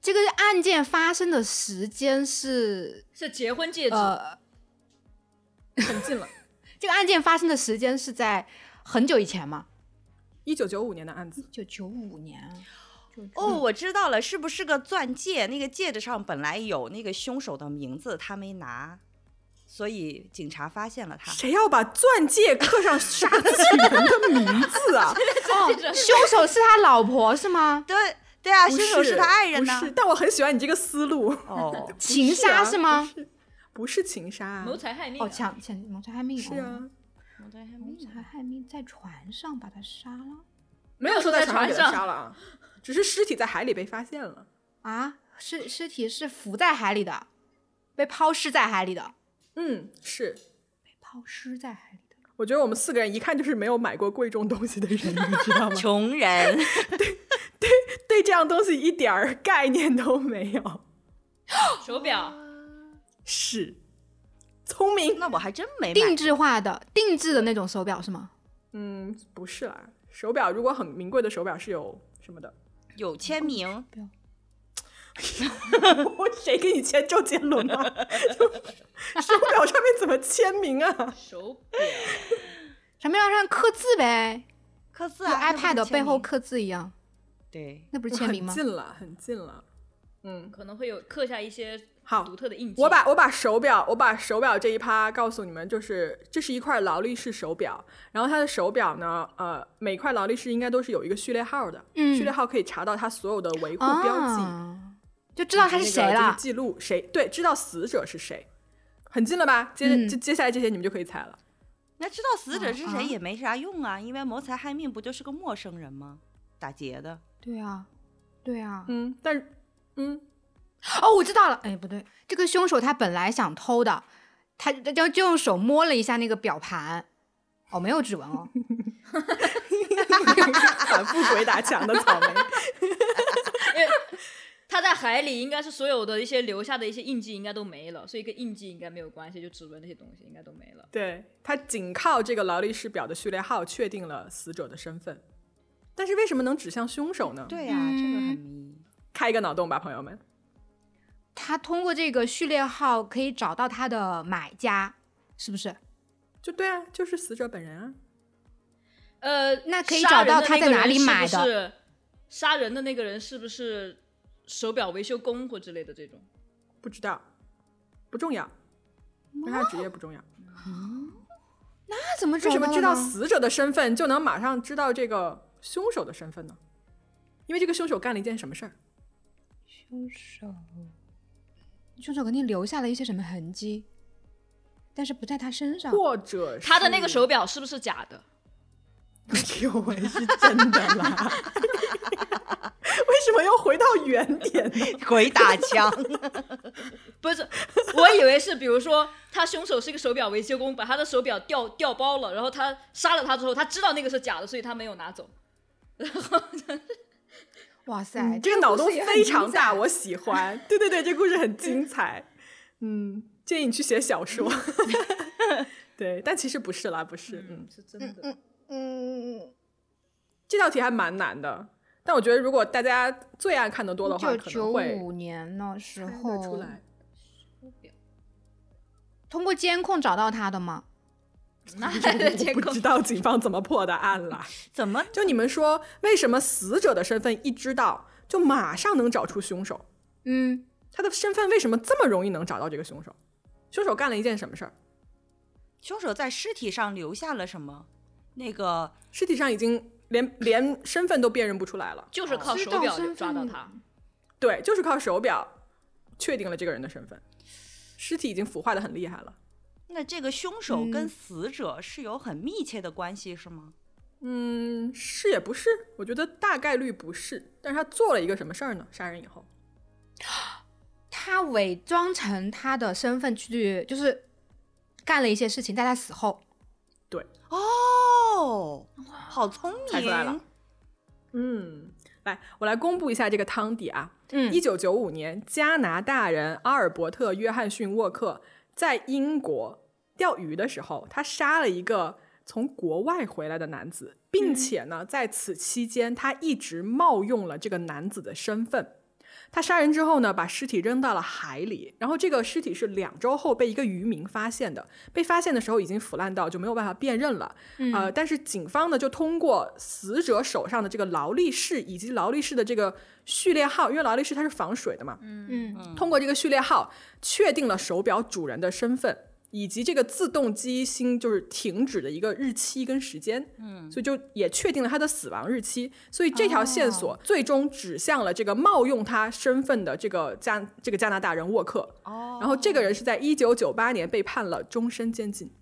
Speaker 2: 这个案件发生的时间是
Speaker 4: 是结婚戒指，
Speaker 2: 呃，
Speaker 1: 很近了，
Speaker 2: 这个案件发生的时间是在很久以前吗？
Speaker 1: 一九九五年的案子，
Speaker 2: 就九五年啊。
Speaker 3: 哦，我知道了，是不是个钻戒？那个戒指上本来有那个凶手的名字，他没拿，所以警察发现了他。
Speaker 1: 谁要把钻戒刻上杀自己人的名字啊？
Speaker 2: 哦，凶手是他老婆是吗？
Speaker 3: 对对啊，
Speaker 1: 不
Speaker 3: 凶
Speaker 1: 是
Speaker 3: 手是 他爱人呢
Speaker 1: 不。是，但我很喜欢你这个思路。
Speaker 3: 哦，
Speaker 2: 情杀
Speaker 1: 不
Speaker 2: 是
Speaker 1: 啊
Speaker 2: 吗？
Speaker 1: 不是不是情杀啊，
Speaker 4: 谋财害命、啊。
Speaker 2: 哦，抢抢谋财害命。
Speaker 1: 是
Speaker 2: 哦
Speaker 1: 啊，
Speaker 4: 谋财害
Speaker 2: 谋
Speaker 4: 命。
Speaker 2: 财害命在船上把他杀了
Speaker 1: 没有说在船上给
Speaker 4: 在船
Speaker 1: 他
Speaker 4: 上
Speaker 1: 杀了啊，只是尸体在海里被发现了。
Speaker 2: 啊？尸尸体是浮在海里的，被抛尸在海里的，
Speaker 1: 嗯，是。
Speaker 2: 被抛尸在海里的。
Speaker 1: 我觉得我们四个人一看就是没有买过贵重东西的 人，你知道吗？
Speaker 3: 穷人，
Speaker 1: 对这样东西一点儿概念都没有。
Speaker 4: 手表，
Speaker 1: 是，聪明。
Speaker 3: 那我还真没买
Speaker 2: 定。制化的、定制的那种手表是吗？
Speaker 1: 嗯，不是啦，手表如果很名贵的手表是有什么 的？
Speaker 3: 有签名，
Speaker 1: 我谁给你签周杰伦 啊？手表上面怎么签名啊？
Speaker 4: 手表，
Speaker 2: 上面要上刻字呗，
Speaker 3: 刻字
Speaker 2: 就
Speaker 3: 啊那不是
Speaker 2: iPad
Speaker 3: 签
Speaker 2: 背后
Speaker 3: 名
Speaker 2: 刻字一样，
Speaker 3: 对，
Speaker 2: 那不是签名 吗
Speaker 1: 很？近了，很近了。嗯，
Speaker 4: 可能会有刻下一些
Speaker 1: 好
Speaker 4: 独特的印记。
Speaker 1: 我把我把手表，我把手表这一趴告诉你们，就是这是一块劳力士手表，然后它的手表呢，呃，每块劳力士应该都是有一个序列号的，
Speaker 2: 嗯
Speaker 1: 序列号可以查到它所有的维护标记，
Speaker 2: 啊，就知道他是谁
Speaker 1: 那个就
Speaker 2: 了
Speaker 1: 是。记录谁对，知道死者是谁，很近了吧？接、
Speaker 2: 嗯
Speaker 1: 接接下来这些你们就可以猜了。
Speaker 3: 那知道死者是
Speaker 2: 啊
Speaker 3: 谁也没啥用啊，因为谋财害命不就是个陌生人吗？打劫的，
Speaker 2: 对啊，对啊。
Speaker 1: 嗯，但 是嗯，
Speaker 2: 哦，我知道了。哎，不对，这个凶手他本来想偷的，他他就就用手摸了一下那个表盘，哦，没有指纹 哦。
Speaker 1: 反复鬼打墙的草莓，
Speaker 4: 它在海里应该是所有的一些留下的一些印记应该都没了，所以跟印记应该没有关系，就指纹那些东西应该都没了。
Speaker 1: 对他仅靠这个劳力士表的序列号确定了死者的身份，但是为什么能指向凶手呢？
Speaker 3: 对呀、啊这个很
Speaker 2: 嗯
Speaker 3: 迷。
Speaker 1: 开一个脑洞吧，朋友们。
Speaker 2: 他通过这个序列号可以找到他的买家，是不是？
Speaker 1: 就对啊，就是死者本人啊。
Speaker 4: 呃，
Speaker 2: 那可以
Speaker 4: 杀人
Speaker 2: 找到
Speaker 4: 的
Speaker 2: 他
Speaker 4: 那个
Speaker 2: 在哪
Speaker 4: 人
Speaker 2: 里
Speaker 4: 是不
Speaker 2: 买的
Speaker 4: 是杀人的那个人是不是手表维修工或之类的这种？
Speaker 1: 不知道，不重要，跟他职业不重要。
Speaker 2: 那怎么
Speaker 1: 为
Speaker 2: 找
Speaker 1: 什么
Speaker 2: 到
Speaker 1: 知道
Speaker 2: 呢
Speaker 1: 死者的身份就能马上知道这个凶手的身份呢？因为这个凶手干了一件什么事儿？
Speaker 2: 凶手？凶手肯定留下了一些什么痕迹，但是不在他身上。
Speaker 1: 或者是
Speaker 4: 他的那个手表是不是假的？
Speaker 1: 有为是真的啦？ 为什么又回到原点呢？
Speaker 3: 鬼打墙，
Speaker 4: 不是，我以为是，比如说他凶手是一个手表维修工，把他的手表掉掉包了，然后他杀了他之后，他知道那个是假的，所以他没有拿走。
Speaker 2: 哇塞，
Speaker 1: 嗯
Speaker 2: 哎这
Speaker 1: 这个脑洞
Speaker 2: 故事也很
Speaker 1: 非常大，
Speaker 2: 精彩
Speaker 1: 我喜欢。对对对，这故事很精彩。嗯，建议你去写小说。 对，但其实不是啦，不是。嗯，
Speaker 4: 是真的。
Speaker 2: 嗯，
Speaker 1: 这道题还蛮难的，但我觉得如果大家最爱看的多的
Speaker 2: 一
Speaker 1: 话，
Speaker 2: 九
Speaker 1: 可
Speaker 2: 九
Speaker 1: 能会
Speaker 2: 五年那时
Speaker 1: 看
Speaker 2: 候
Speaker 1: 得出来。
Speaker 2: 通过监控找到他的吗？
Speaker 4: 那还在监
Speaker 1: 我不
Speaker 4: 控
Speaker 1: 知道警方怎么破的案啦。
Speaker 3: 怎么
Speaker 1: 就你们说，为什么死者的身份一知道，就马上能找出凶手？
Speaker 2: 嗯，
Speaker 1: 他的身份为什么这么容易能找到这个凶手？凶手干了一件什么事儿？
Speaker 3: 凶手在尸体上留下了什么？那个
Speaker 1: 尸体上已经连连身份都辨认不出来了。
Speaker 4: 就是靠手表抓到他。
Speaker 1: 对，就是靠手表确定了这个人的身份。尸体已经腐化的很厉害了。
Speaker 3: 那这个凶手跟
Speaker 2: 嗯
Speaker 3: 死者是有很密切的关系，是吗？
Speaker 1: 嗯，是也不是，我觉得大概率不是。但是他做了一个什么事儿呢？杀人以后，
Speaker 2: 他伪装成他的身份去，就是干了一些事情，在他死后。
Speaker 3: 哦，好聪明，
Speaker 1: 猜出来了嗯，来，我来公布一下这个汤底啊。
Speaker 2: 嗯
Speaker 1: 一九九五年，加拿大人阿尔伯特·约翰逊·沃克在英国钓鱼的时候，他杀了一个从国外回来的男子，并且呢，在此期间，他一直冒用了这个男子的身份。他杀人之后呢，把尸体扔到了海里，然后这个尸体是两周后被一个渔民发现的。被发现的时候已经腐烂到就没有办法辨认了。
Speaker 2: 嗯
Speaker 1: 呃，但是警方呢就通过死者手上的这个劳力士以及劳力士的这个序列号，因为劳力士它是防水的嘛，
Speaker 2: 嗯
Speaker 1: 通过这个序列号确定了手表主人的身份，以及这个自动机芯就是停止的一个日期跟时间，嗯，所以就也确定了他的死亡日期，所以这条线索最终指向了这个冒用他身份的这个加这个加拿大人沃克，
Speaker 3: 哦，
Speaker 1: 然后这个人是在一九九八年被判了终身监禁，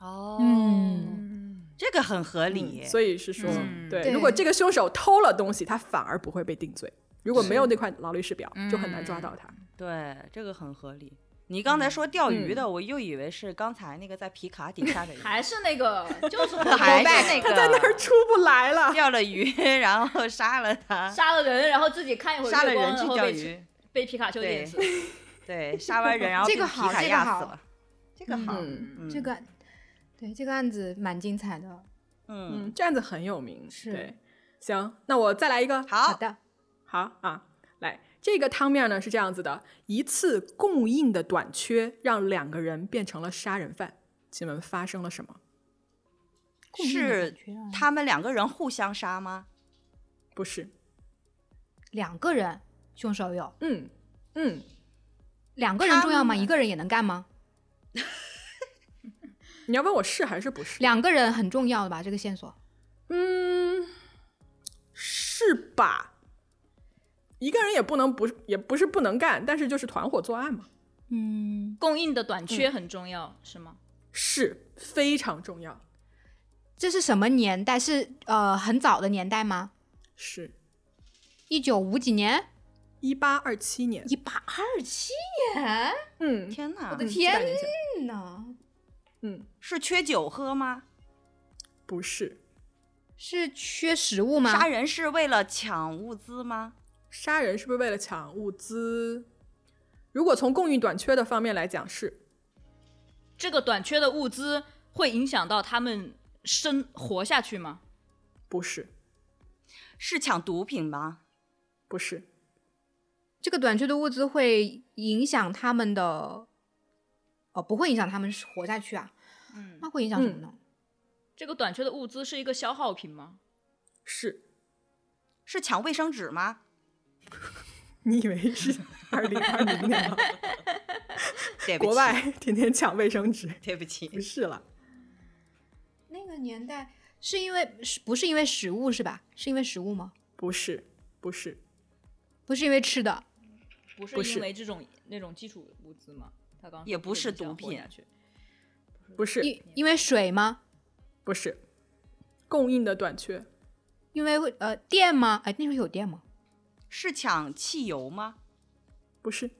Speaker 3: 哦，
Speaker 2: 嗯，
Speaker 3: 这个很合理，
Speaker 1: 所以是说，
Speaker 4: 嗯
Speaker 1: 对，
Speaker 2: 对
Speaker 1: 如果这个凶手偷了东西，他反而不会被定罪。如果没有那块劳力士表，就很难抓到他。
Speaker 3: 对，这个很合理。你刚
Speaker 2: 嗯
Speaker 3: 才说钓鱼的，我又以为是刚才那个在皮卡底下的人，
Speaker 4: 还是那个，就是回
Speaker 3: 还
Speaker 4: 头
Speaker 3: 是那
Speaker 4: 那
Speaker 3: 个
Speaker 4: 个
Speaker 1: 在那儿出不来了。
Speaker 3: 钓了鱼，然后杀了他，
Speaker 4: 杀了人，然后自己看一会儿
Speaker 3: 杀了
Speaker 4: 月光
Speaker 3: 人去
Speaker 4: 然后
Speaker 3: 钓
Speaker 4: 被
Speaker 3: 鱼，
Speaker 4: 被皮卡丘
Speaker 3: 对
Speaker 4: 电死。
Speaker 3: 对，杀完人然后
Speaker 2: 这
Speaker 3: 被
Speaker 2: 个
Speaker 3: 皮
Speaker 2: 好
Speaker 3: 卡
Speaker 2: 这个
Speaker 3: 压
Speaker 2: 好
Speaker 3: 死了，这个好，
Speaker 1: 嗯
Speaker 3: 嗯
Speaker 2: 这个案对这个案子蛮精彩的。
Speaker 3: 嗯
Speaker 1: 嗯，这案子很有名，
Speaker 2: 是
Speaker 1: 对。行，那我再来一个，
Speaker 2: 好
Speaker 3: 好，
Speaker 2: 的，
Speaker 1: 好啊，来，这个汤面呢是这样子的：一次供应的短缺让两个人变成了杀人犯。请问发生了什么？
Speaker 2: 共命的
Speaker 3: 是
Speaker 2: 感觉啊
Speaker 3: 他们两个人互相杀吗？
Speaker 1: 不是，
Speaker 2: 两个人，凶手有
Speaker 1: 嗯嗯，
Speaker 2: 两个人重要吗？
Speaker 3: 他们
Speaker 2: 一个人也能干吗？
Speaker 1: 你要问我是还是不是？
Speaker 2: 两个人很重要的吧？这个线索
Speaker 1: 嗯，是吧？一个人也不能不是，也不是不能干，但是就是团伙作案嘛，
Speaker 2: 嗯，
Speaker 4: 供应的短缺很重要，是吗？
Speaker 1: 是非常重要，
Speaker 2: 这是什么年代？是呃很早的年代吗？
Speaker 1: 是
Speaker 2: 一九五几年，
Speaker 1: 一八二七年，
Speaker 2: 一八二七年，
Speaker 1: 嗯，
Speaker 3: 天哪，
Speaker 2: 的
Speaker 1: 嗯
Speaker 2: 天
Speaker 1: 700年前
Speaker 2: 呐，
Speaker 1: 嗯，
Speaker 3: 是缺酒喝吗？
Speaker 1: 不是，
Speaker 2: 是缺食
Speaker 1: 嗯
Speaker 2: 物吗？
Speaker 3: 杀人是为了抢物资吗？
Speaker 1: 杀人是不是为了抢物资？如果从供应短缺的方面来讲，是
Speaker 4: 这个短缺的物资会影响到他们生活下去吗？
Speaker 1: 不是？
Speaker 3: 是抢毒品吗？
Speaker 1: 不是，
Speaker 2: 这个短缺的物资会影响他们的，哦，不会影响他们活下去啊？
Speaker 3: 嗯
Speaker 2: 那会影响什么呢？
Speaker 4: 这个短缺的物资是一个消耗品吗？
Speaker 1: 是
Speaker 3: 是抢卫生纸吗？
Speaker 1: 你以为 是二零二零年吗？
Speaker 3: 对不起，
Speaker 1: 国外 天天抢卫生纸，
Speaker 3: 对不
Speaker 1: 不
Speaker 3: 起，
Speaker 1: 是了，
Speaker 2: 那个年代是因为是不是因为食物是吧？是因为食物吗？
Speaker 1: 不是，不是，
Speaker 2: 不是因为吃的，
Speaker 4: 不是
Speaker 1: 不是
Speaker 4: 因为这种那种基础物资吗？他刚
Speaker 3: 也不是毒品
Speaker 4: 下去，
Speaker 1: 不是，
Speaker 2: 因因为水吗？
Speaker 1: 不是，供应的短缺
Speaker 2: 因为呃电吗？哎，那时候有电吗？
Speaker 3: 是抢汽油吗？
Speaker 1: 不是。你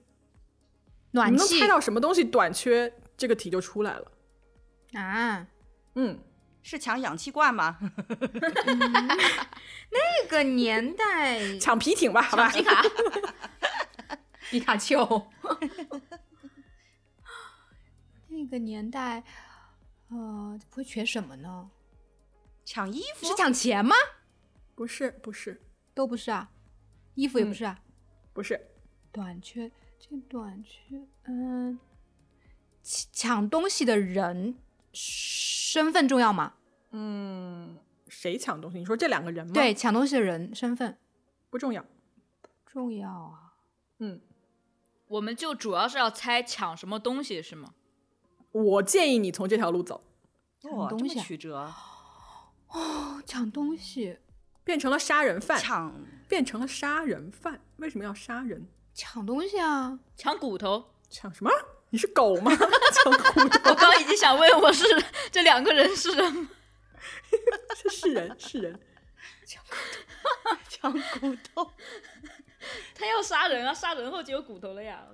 Speaker 2: 暖
Speaker 1: 们能
Speaker 2: 气
Speaker 1: 猜到什么东西短缺？这个题就出来了。
Speaker 2: 啊？
Speaker 1: 嗯，
Speaker 3: 是抢氧气罐吗？
Speaker 2: 那个年代，
Speaker 1: 抢皮艇吧，好吧。
Speaker 4: 皮卡
Speaker 2: 皮卡丘。 那个年代，呃，会缺什么呢？
Speaker 3: 抢衣服
Speaker 2: 是抢钱吗？
Speaker 1: 不是，不是，
Speaker 2: 都不是啊，衣服也不
Speaker 1: 嗯
Speaker 2: 是啊，
Speaker 1: 不是，
Speaker 2: 短缺这短缺，嗯、抢抢东西的人身份重要吗？
Speaker 1: 嗯，谁抢东西？你说这两个人吗？
Speaker 2: 对，，抢东西的人身份
Speaker 1: 不重要。
Speaker 2: 重要啊。
Speaker 1: 嗯，
Speaker 4: 我们就主要是要猜抢什么东西是吗？
Speaker 1: 我建议你从这条路走，
Speaker 3: 哇、这
Speaker 2: 东
Speaker 3: 么
Speaker 2: 西啊
Speaker 3: 曲折，
Speaker 2: 哦，抢东西，
Speaker 1: 变成了杀人犯，
Speaker 3: 抢
Speaker 1: 变成了杀人犯。为什么要杀人？
Speaker 2: 抢东西啊！
Speaker 4: 抢骨头？
Speaker 1: 抢什么？你是狗吗？ 抢骨头？
Speaker 4: 我刚已经想问我是这两个人是什么？
Speaker 1: 这是人，是人。
Speaker 3: 抢骨头，
Speaker 4: 他要杀人啊，杀人后就有骨头了呀。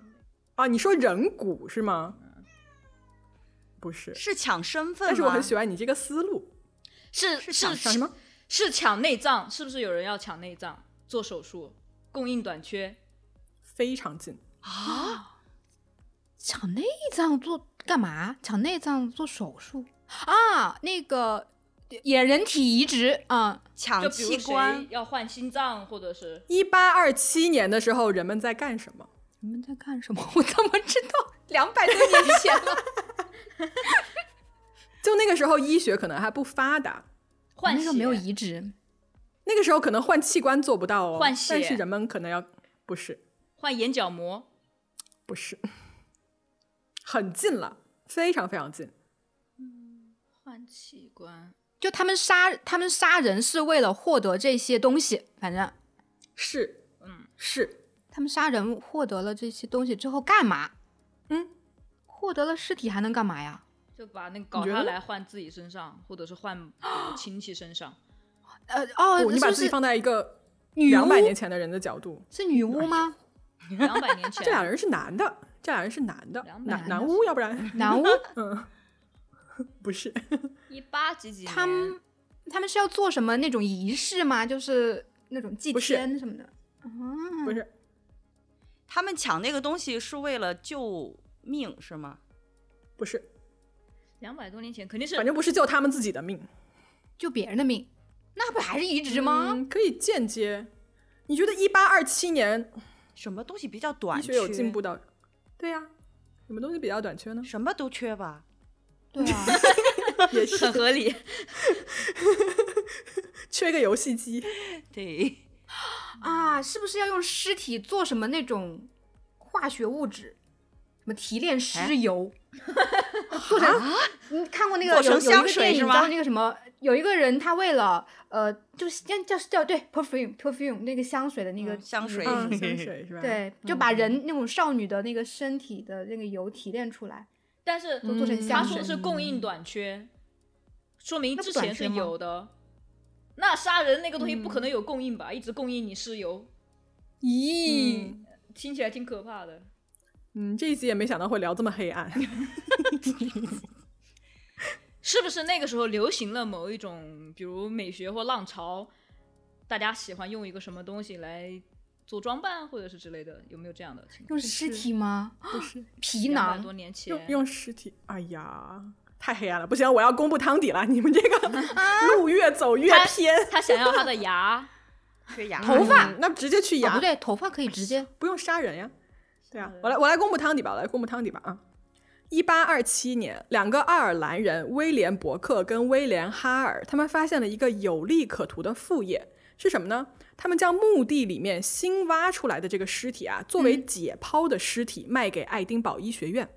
Speaker 1: 啊，你说人骨是吗？不是，
Speaker 3: 是抢身份吗？
Speaker 1: 但是我很喜欢你这个思路。
Speaker 4: 是
Speaker 3: 是
Speaker 4: 是
Speaker 3: 抢
Speaker 1: 想什么？
Speaker 4: 是抢内脏？是不是有人要抢内脏做手术？供应短缺？
Speaker 1: 非常近，
Speaker 3: 啊，
Speaker 2: 抢内脏做干嘛？抢内脏做手术啊？那个也人体移植啊、
Speaker 3: 抢
Speaker 4: 就比
Speaker 3: 器
Speaker 4: 如
Speaker 3: 官
Speaker 4: 谁，要换心脏，或者是
Speaker 1: 一八二七年的时候，人们在干什么？
Speaker 2: 你们在干什么？ 我怎么知道？两百多年前了。
Speaker 1: 就那个时候，医学可能还不发达，
Speaker 4: 换
Speaker 2: 那时
Speaker 4: 血？
Speaker 2: 候没有移植，
Speaker 1: 那个时候可能换器官做不到哦，
Speaker 4: 换血
Speaker 1: 但是人们可能要不是
Speaker 4: 换眼角膜？
Speaker 1: 不是，很近了，非常非常近，
Speaker 4: 换器官？
Speaker 2: 就他们杀他们杀人是为了获得这些东西，反正
Speaker 1: 是，
Speaker 4: 嗯，
Speaker 1: 是，
Speaker 2: 他们杀人获得了这些东西之后干嘛？
Speaker 1: 嗯，
Speaker 2: 获得了尸体还能干嘛呀？
Speaker 4: 就把那个搞
Speaker 1: 你觉
Speaker 4: 下
Speaker 1: 得呢
Speaker 4: 来换自己身上，或者是换别的亲戚身上。
Speaker 2: 呃哦，
Speaker 1: 不，你把
Speaker 2: 是不
Speaker 1: 自己
Speaker 2: 是
Speaker 1: 放在一个
Speaker 2: 女
Speaker 1: 两百
Speaker 2: 巫
Speaker 1: 年前的人的角度，
Speaker 2: 是女巫吗？
Speaker 4: 两百年前，
Speaker 1: 这俩人是男的，这俩人是男的，
Speaker 4: 200
Speaker 1: 男
Speaker 2: 男
Speaker 1: 男
Speaker 2: 的
Speaker 1: 巫，要不然
Speaker 2: 男巫
Speaker 1: 嗯，不 是，
Speaker 4: 一八几几年，
Speaker 2: 他们他们是要做什么那种仪式吗？就是那种祭
Speaker 1: 不是
Speaker 2: 天什么的。
Speaker 1: 不是，
Speaker 3: 他们抢那个东西是为了救命是吗？
Speaker 1: 不是，
Speaker 4: 两百多年前肯定是
Speaker 1: 反正不是救他们自己的命
Speaker 2: 救别人的命，那不还是移植吗？
Speaker 1: 嗯可以间接。你觉得一八二七年
Speaker 3: 什么东西比较短
Speaker 1: 医
Speaker 3: 缺？
Speaker 1: 学有进步到？对呀、什么东西比较短缺呢？
Speaker 3: 什么都缺吧？
Speaker 2: 对啊，
Speaker 1: 也是
Speaker 4: 很合理。
Speaker 1: 缺个游戏机，
Speaker 3: 对，
Speaker 2: 啊，是不是要用尸体做什么那种化学物质？什么提炼尸油？做成你看过那个
Speaker 3: 做
Speaker 2: 有有
Speaker 3: 成
Speaker 2: 一
Speaker 3: 香
Speaker 2: 个
Speaker 3: 水
Speaker 2: 电影
Speaker 3: 是
Speaker 2: 叫
Speaker 3: 吗
Speaker 2: 那个什么？有一个人他为了呃，就是叫叫叫对 perfume perfume 那个香水的那个
Speaker 3: 嗯香水
Speaker 1: 嗯，香水是吧？，
Speaker 2: 对，就把人那种少女的那个身体的那个油提炼出来，
Speaker 4: 但是
Speaker 2: 都做成
Speaker 4: 他
Speaker 2: 香
Speaker 4: 说
Speaker 2: 水
Speaker 4: 的。是供应短缺，说明
Speaker 2: 那不
Speaker 4: 之
Speaker 2: 短
Speaker 4: 前是
Speaker 2: 缺吗嗯
Speaker 4: 有的。那杀人那个东西不可能有供应吧？一直供应你尸油，
Speaker 1: 咦，
Speaker 4: 听起来挺可怕的。
Speaker 1: 嗯，这一集也没想到会聊这么黑暗。
Speaker 4: 是不是那个时候流行了某一种，比如美学或浪潮，大家喜欢用一个什么东西来做装扮，或者是之类的？有没有这样的情况？
Speaker 2: 用尸体吗？
Speaker 1: 不是，
Speaker 2: 皮
Speaker 4: 两百
Speaker 2: 囊哦
Speaker 4: 多年前
Speaker 1: 用，用尸体，哎呀，太黑暗了，不行，我要公布汤底了。你们这个路越走越
Speaker 4: 他
Speaker 1: 偏，
Speaker 4: 他想要他的牙，
Speaker 3: 缺牙。
Speaker 2: 头发
Speaker 1: 嗯那直接去
Speaker 2: 哦，
Speaker 1: 牙，
Speaker 2: 不对，头发可以直接
Speaker 1: 不用杀人呀。对啊
Speaker 4: 杀，人
Speaker 1: 我来我来公布汤底吧，我来公布汤底吧啊！一八二七年，两个爱尔兰人威廉·伯克跟威廉·哈尔，他们发现了一个有利可图的副业是什么呢？他们将墓地里面新挖出来的这个尸体啊，作为解剖的尸体卖给爱丁堡医学院。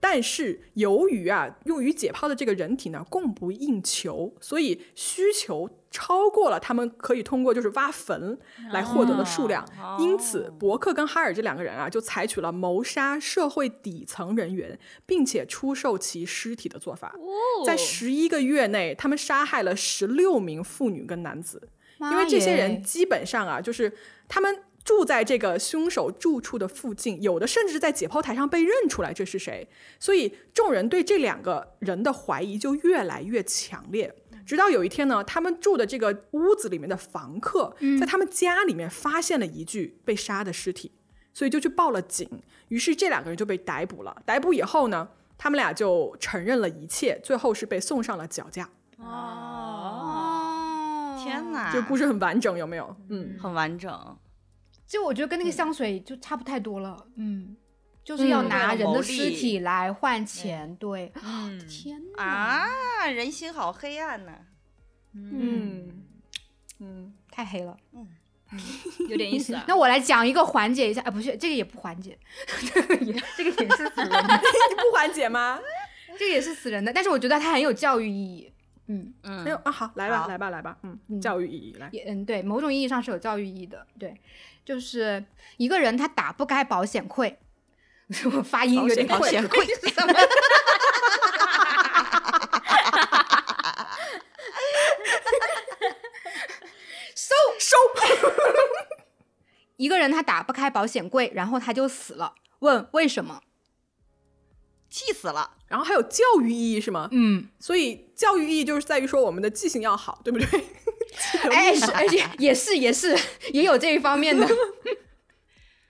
Speaker 1: 但是由于啊，用于解剖的这个人体呢供不应求，所以需求超过了他们可以通过就是挖坟来获得的数量。
Speaker 3: 哦
Speaker 1: 因此，伯克跟哈尔这两个人啊，就采取了谋杀社会底层人员，并且出售其尸体的做法。
Speaker 4: 哦
Speaker 1: 在十一个月内，他们杀害了十六名妇女跟男子，因
Speaker 2: 啊
Speaker 1: 为这些人基本上啊，就是他们住在这个凶手住处的附近，有的甚至在解剖台上被认出来这是谁，所以众人对这两个人的怀疑就越来越强烈。直到有一天呢，他们住的这个屋子里面的房客，在他们家里面发现了一具被杀的尸体，所以就去报了警。于是这两个人就被逮捕了。逮捕以后呢，他们俩就承认了一切，最后是被送上了绞架。
Speaker 3: 哦，
Speaker 2: 哦，
Speaker 3: 天！哪，
Speaker 1: 这故事很完整，有没有？嗯，
Speaker 3: 很完整，
Speaker 2: 就我觉得跟那个香水就差不太多了，嗯，就是要
Speaker 1: 嗯
Speaker 2: 拿
Speaker 3: 为了
Speaker 2: 人
Speaker 3: 牟
Speaker 2: 的
Speaker 3: 利
Speaker 2: 尸体来换钱，对，
Speaker 4: 嗯
Speaker 2: 天哪，
Speaker 3: 啊，人心好黑暗呐、
Speaker 1: 嗯嗯，
Speaker 2: 太黑了。
Speaker 4: 有点意思啊。
Speaker 2: 那我来讲一个缓解一下，哎，不是这个也不缓解， 这个也这个也是死人的，
Speaker 1: 你不缓解吗？
Speaker 2: 这个也是死人的，但是我觉得它很有教育意义，嗯，
Speaker 1: 哎呦
Speaker 3: 嗯，
Speaker 1: 啊，好，来吧，
Speaker 3: 好
Speaker 1: 来吧，来吧，嗯，
Speaker 2: 嗯
Speaker 1: 教育意义来。
Speaker 2: 也嗯，对，某种意义上是有教育意义的。对，就是一个人他打不该保险柜， 我发音有点
Speaker 1: 保险
Speaker 2: 柜 是什么？收 收！一个人他打不开保险柜，然后他就死了。问为什么？
Speaker 3: 气死了。
Speaker 1: 然后还有教育意义是吗？
Speaker 2: 嗯，
Speaker 1: 所以教育意义就是在于说我们的记性要好，对不对？记得
Speaker 2: 哎，是，而且也是也是也有这一方面的。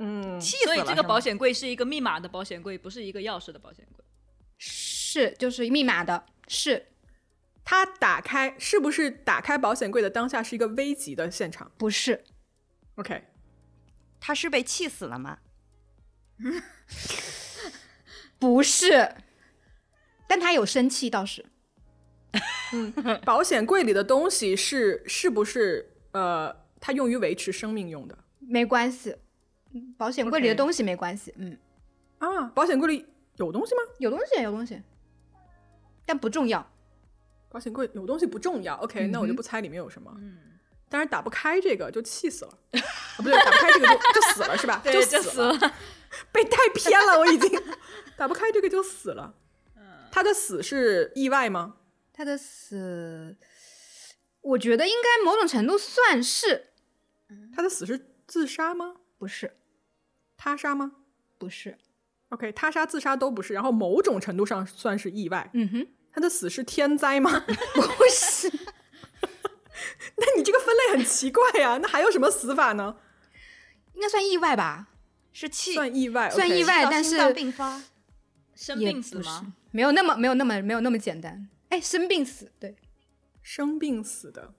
Speaker 1: 嗯，
Speaker 3: 气死
Speaker 4: 所
Speaker 3: 了。
Speaker 4: 以这个保
Speaker 3: 是
Speaker 4: 险柜是一个密码的保险柜，不是一个钥匙的保险柜。
Speaker 2: 是，就是密码的，是
Speaker 1: 他打开是不是打开保险柜的当下是一个危急的现场
Speaker 2: 不是？
Speaker 1: ？OK，
Speaker 3: 吗他是被气死了吗？
Speaker 2: 不是，但他有生气倒是。
Speaker 1: 保险柜里的东西是是不是呃，它用于维持生命用的
Speaker 2: 没关系，嗯保险柜里的
Speaker 1: OK
Speaker 2: 东西没关系。嗯，
Speaker 1: 啊？保险柜里有东西吗？
Speaker 2: 有东西，有东西，但不重要。
Speaker 1: 保险柜有东西不重要，OK，、那我就
Speaker 2: 嗯哼
Speaker 1: 不猜里面有什么。
Speaker 4: 嗯，
Speaker 1: 但是打不开这个就气死了， 啊、不对，打不开这个就就死了是 吧？
Speaker 4: 对，
Speaker 1: 死
Speaker 4: 就
Speaker 1: 了，
Speaker 4: 死了。
Speaker 1: 被带偏了，我已经 打不开这个就死了。
Speaker 2: 嗯
Speaker 1: 他的死是意外吗？
Speaker 2: 他的死，我觉得应该某种程度算是，
Speaker 1: 他的死是自杀吗？
Speaker 2: 不是，
Speaker 1: 他杀吗
Speaker 2: 不是。
Speaker 1: ？OK，他杀、自杀都不是，然后某种程度上算是意外。
Speaker 2: 嗯哼，
Speaker 1: 他的死是天灾吗？
Speaker 2: 不是，
Speaker 1: 那你这个分类很奇怪呀、那还有什么死法呢？
Speaker 2: 应该算意外吧？
Speaker 3: 是气
Speaker 1: 算意外，
Speaker 2: 算
Speaker 1: OK
Speaker 2: 意外
Speaker 3: 气到
Speaker 2: 但
Speaker 3: 心脏
Speaker 2: 是
Speaker 3: 病发。
Speaker 4: 生
Speaker 2: 也
Speaker 4: 病
Speaker 2: 不是
Speaker 4: 死吗？？
Speaker 2: 没有那么没有那么没有那么简单。哎，生病死，对，
Speaker 1: 生病死的。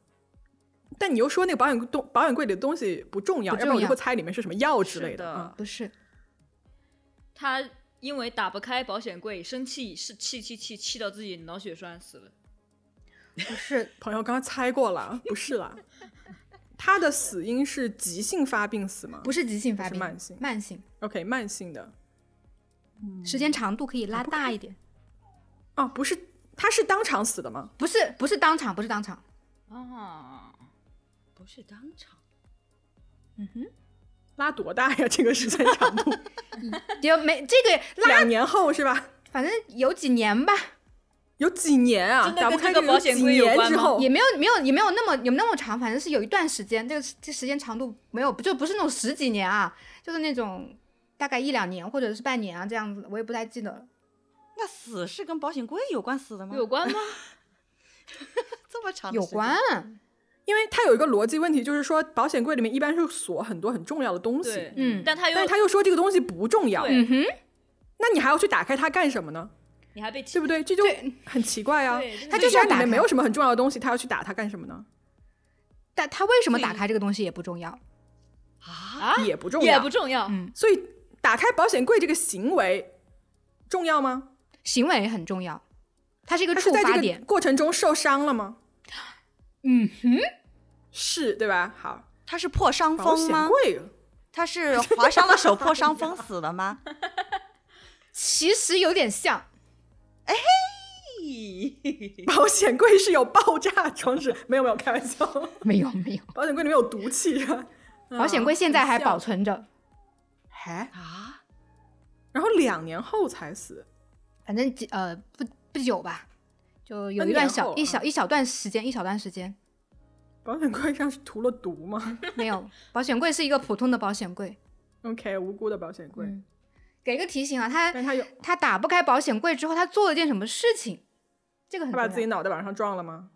Speaker 1: 但你又说那个保险东保险柜里的东西不重要，
Speaker 2: 不
Speaker 1: 要不然我
Speaker 2: 重
Speaker 1: 就
Speaker 2: 要
Speaker 1: 会猜里面是什么药之类
Speaker 4: 是的
Speaker 1: 嗯
Speaker 2: 不是
Speaker 4: 他因为打不开保险柜，生气是气气气气到自己脑血栓死了。
Speaker 2: 不是
Speaker 1: 朋友刚刚猜过了，不是啦。 他的死因是急性发病死吗？
Speaker 2: 不是急性发
Speaker 1: 是
Speaker 2: 病，
Speaker 1: 慢性
Speaker 2: 慢性，
Speaker 1: OK，慢性的
Speaker 2: 时间长度可以拉大一点。
Speaker 1: 啊，不是，他是当场死的吗？
Speaker 2: 不是不是当场，不是当场，
Speaker 4: 啊，不是当场，
Speaker 1: 拉多大呀？这个时间长 度，
Speaker 2: 也没这个拉，
Speaker 1: 两年后是吧？
Speaker 2: 反正有几年吧，
Speaker 1: 有几年啊？
Speaker 4: 真的
Speaker 1: 打不
Speaker 4: 跟
Speaker 1: 开
Speaker 4: 这个
Speaker 1: 有
Speaker 4: 保险
Speaker 1: 几
Speaker 4: 柜有
Speaker 1: 年
Speaker 4: 关
Speaker 1: 之
Speaker 4: 吗
Speaker 1: 后
Speaker 2: 也，没有没有也没有那么也没有那么长，反正是有一段时间，这个这时间长度没有，就不是那种十几年啊，就是那种大概一两年或者是半年啊这样子的，我也不太记得了。
Speaker 3: 那死是跟保险柜有关死的吗？
Speaker 4: 有关吗？
Speaker 3: 这么长的
Speaker 2: 有
Speaker 3: 时间
Speaker 2: 关，
Speaker 1: 因为他有一个逻辑问题，就是说保险柜里面一般是锁很多很重要的东
Speaker 4: 对
Speaker 1: 西，，
Speaker 2: 嗯
Speaker 4: 但他又
Speaker 1: 但是他又说这个东西不重要，
Speaker 4: 对
Speaker 2: 嗯哼，
Speaker 1: 那你还要去打开它干什么呢？
Speaker 4: 你还被气
Speaker 1: 对不对？这就
Speaker 2: 对，
Speaker 1: 很奇怪啊。
Speaker 4: 对，
Speaker 2: 他
Speaker 4: 他
Speaker 1: 所
Speaker 2: 就
Speaker 1: 以
Speaker 2: 是
Speaker 1: 家
Speaker 2: 要
Speaker 1: 里
Speaker 2: 打
Speaker 1: 面没
Speaker 2: 开
Speaker 1: 有什么很重要的东西，他要去打它干什么呢？
Speaker 2: 但他为什么
Speaker 3: 所以
Speaker 2: 打开这个东西也不重要，
Speaker 3: 啊？
Speaker 4: 啊
Speaker 1: 也不重
Speaker 4: 也
Speaker 1: 要。
Speaker 4: 不重要
Speaker 2: 嗯，
Speaker 1: 所以打开保险柜这个行为重要吗？
Speaker 2: 行为很重要，它是一个
Speaker 1: 他是
Speaker 2: 触
Speaker 1: 在
Speaker 2: 发
Speaker 1: 这
Speaker 2: 点
Speaker 1: 个。过程中受伤了吗？
Speaker 2: 嗯哼，
Speaker 1: 是对吧？好，
Speaker 3: 他是破伤
Speaker 1: 保
Speaker 3: 风
Speaker 1: 险
Speaker 3: 吗？
Speaker 1: 柜
Speaker 3: 他是划伤了手破伤风死的吗？
Speaker 2: 其实有点像，
Speaker 3: 哎
Speaker 1: 保险柜是有爆炸装置，没有没有，开玩笑，
Speaker 2: 没有没有，
Speaker 1: 保险柜里面有嗯毒气是吧？
Speaker 2: 保险柜现在还保
Speaker 1: 存，
Speaker 2: 存着，
Speaker 1: 还
Speaker 3: 啊，
Speaker 1: 然后两年后才死，
Speaker 2: 反正几呃不不久吧，就有
Speaker 1: 那
Speaker 2: 一段
Speaker 1: 年
Speaker 2: 小
Speaker 1: 后
Speaker 2: 一
Speaker 1: 啊
Speaker 2: 小一小段时间，一小段时间
Speaker 1: 保险柜上是涂了毒吗
Speaker 2: 没有。保险柜是一个普通的保险柜，
Speaker 1: ？OK，无辜的保险柜，
Speaker 2: 嗯，给个提醒啊，他
Speaker 1: 但他有
Speaker 2: 他打不开保险柜之后，他做了件什么事情？这个很
Speaker 1: 他
Speaker 2: 重要
Speaker 1: 把自己脑袋往上撞了吗？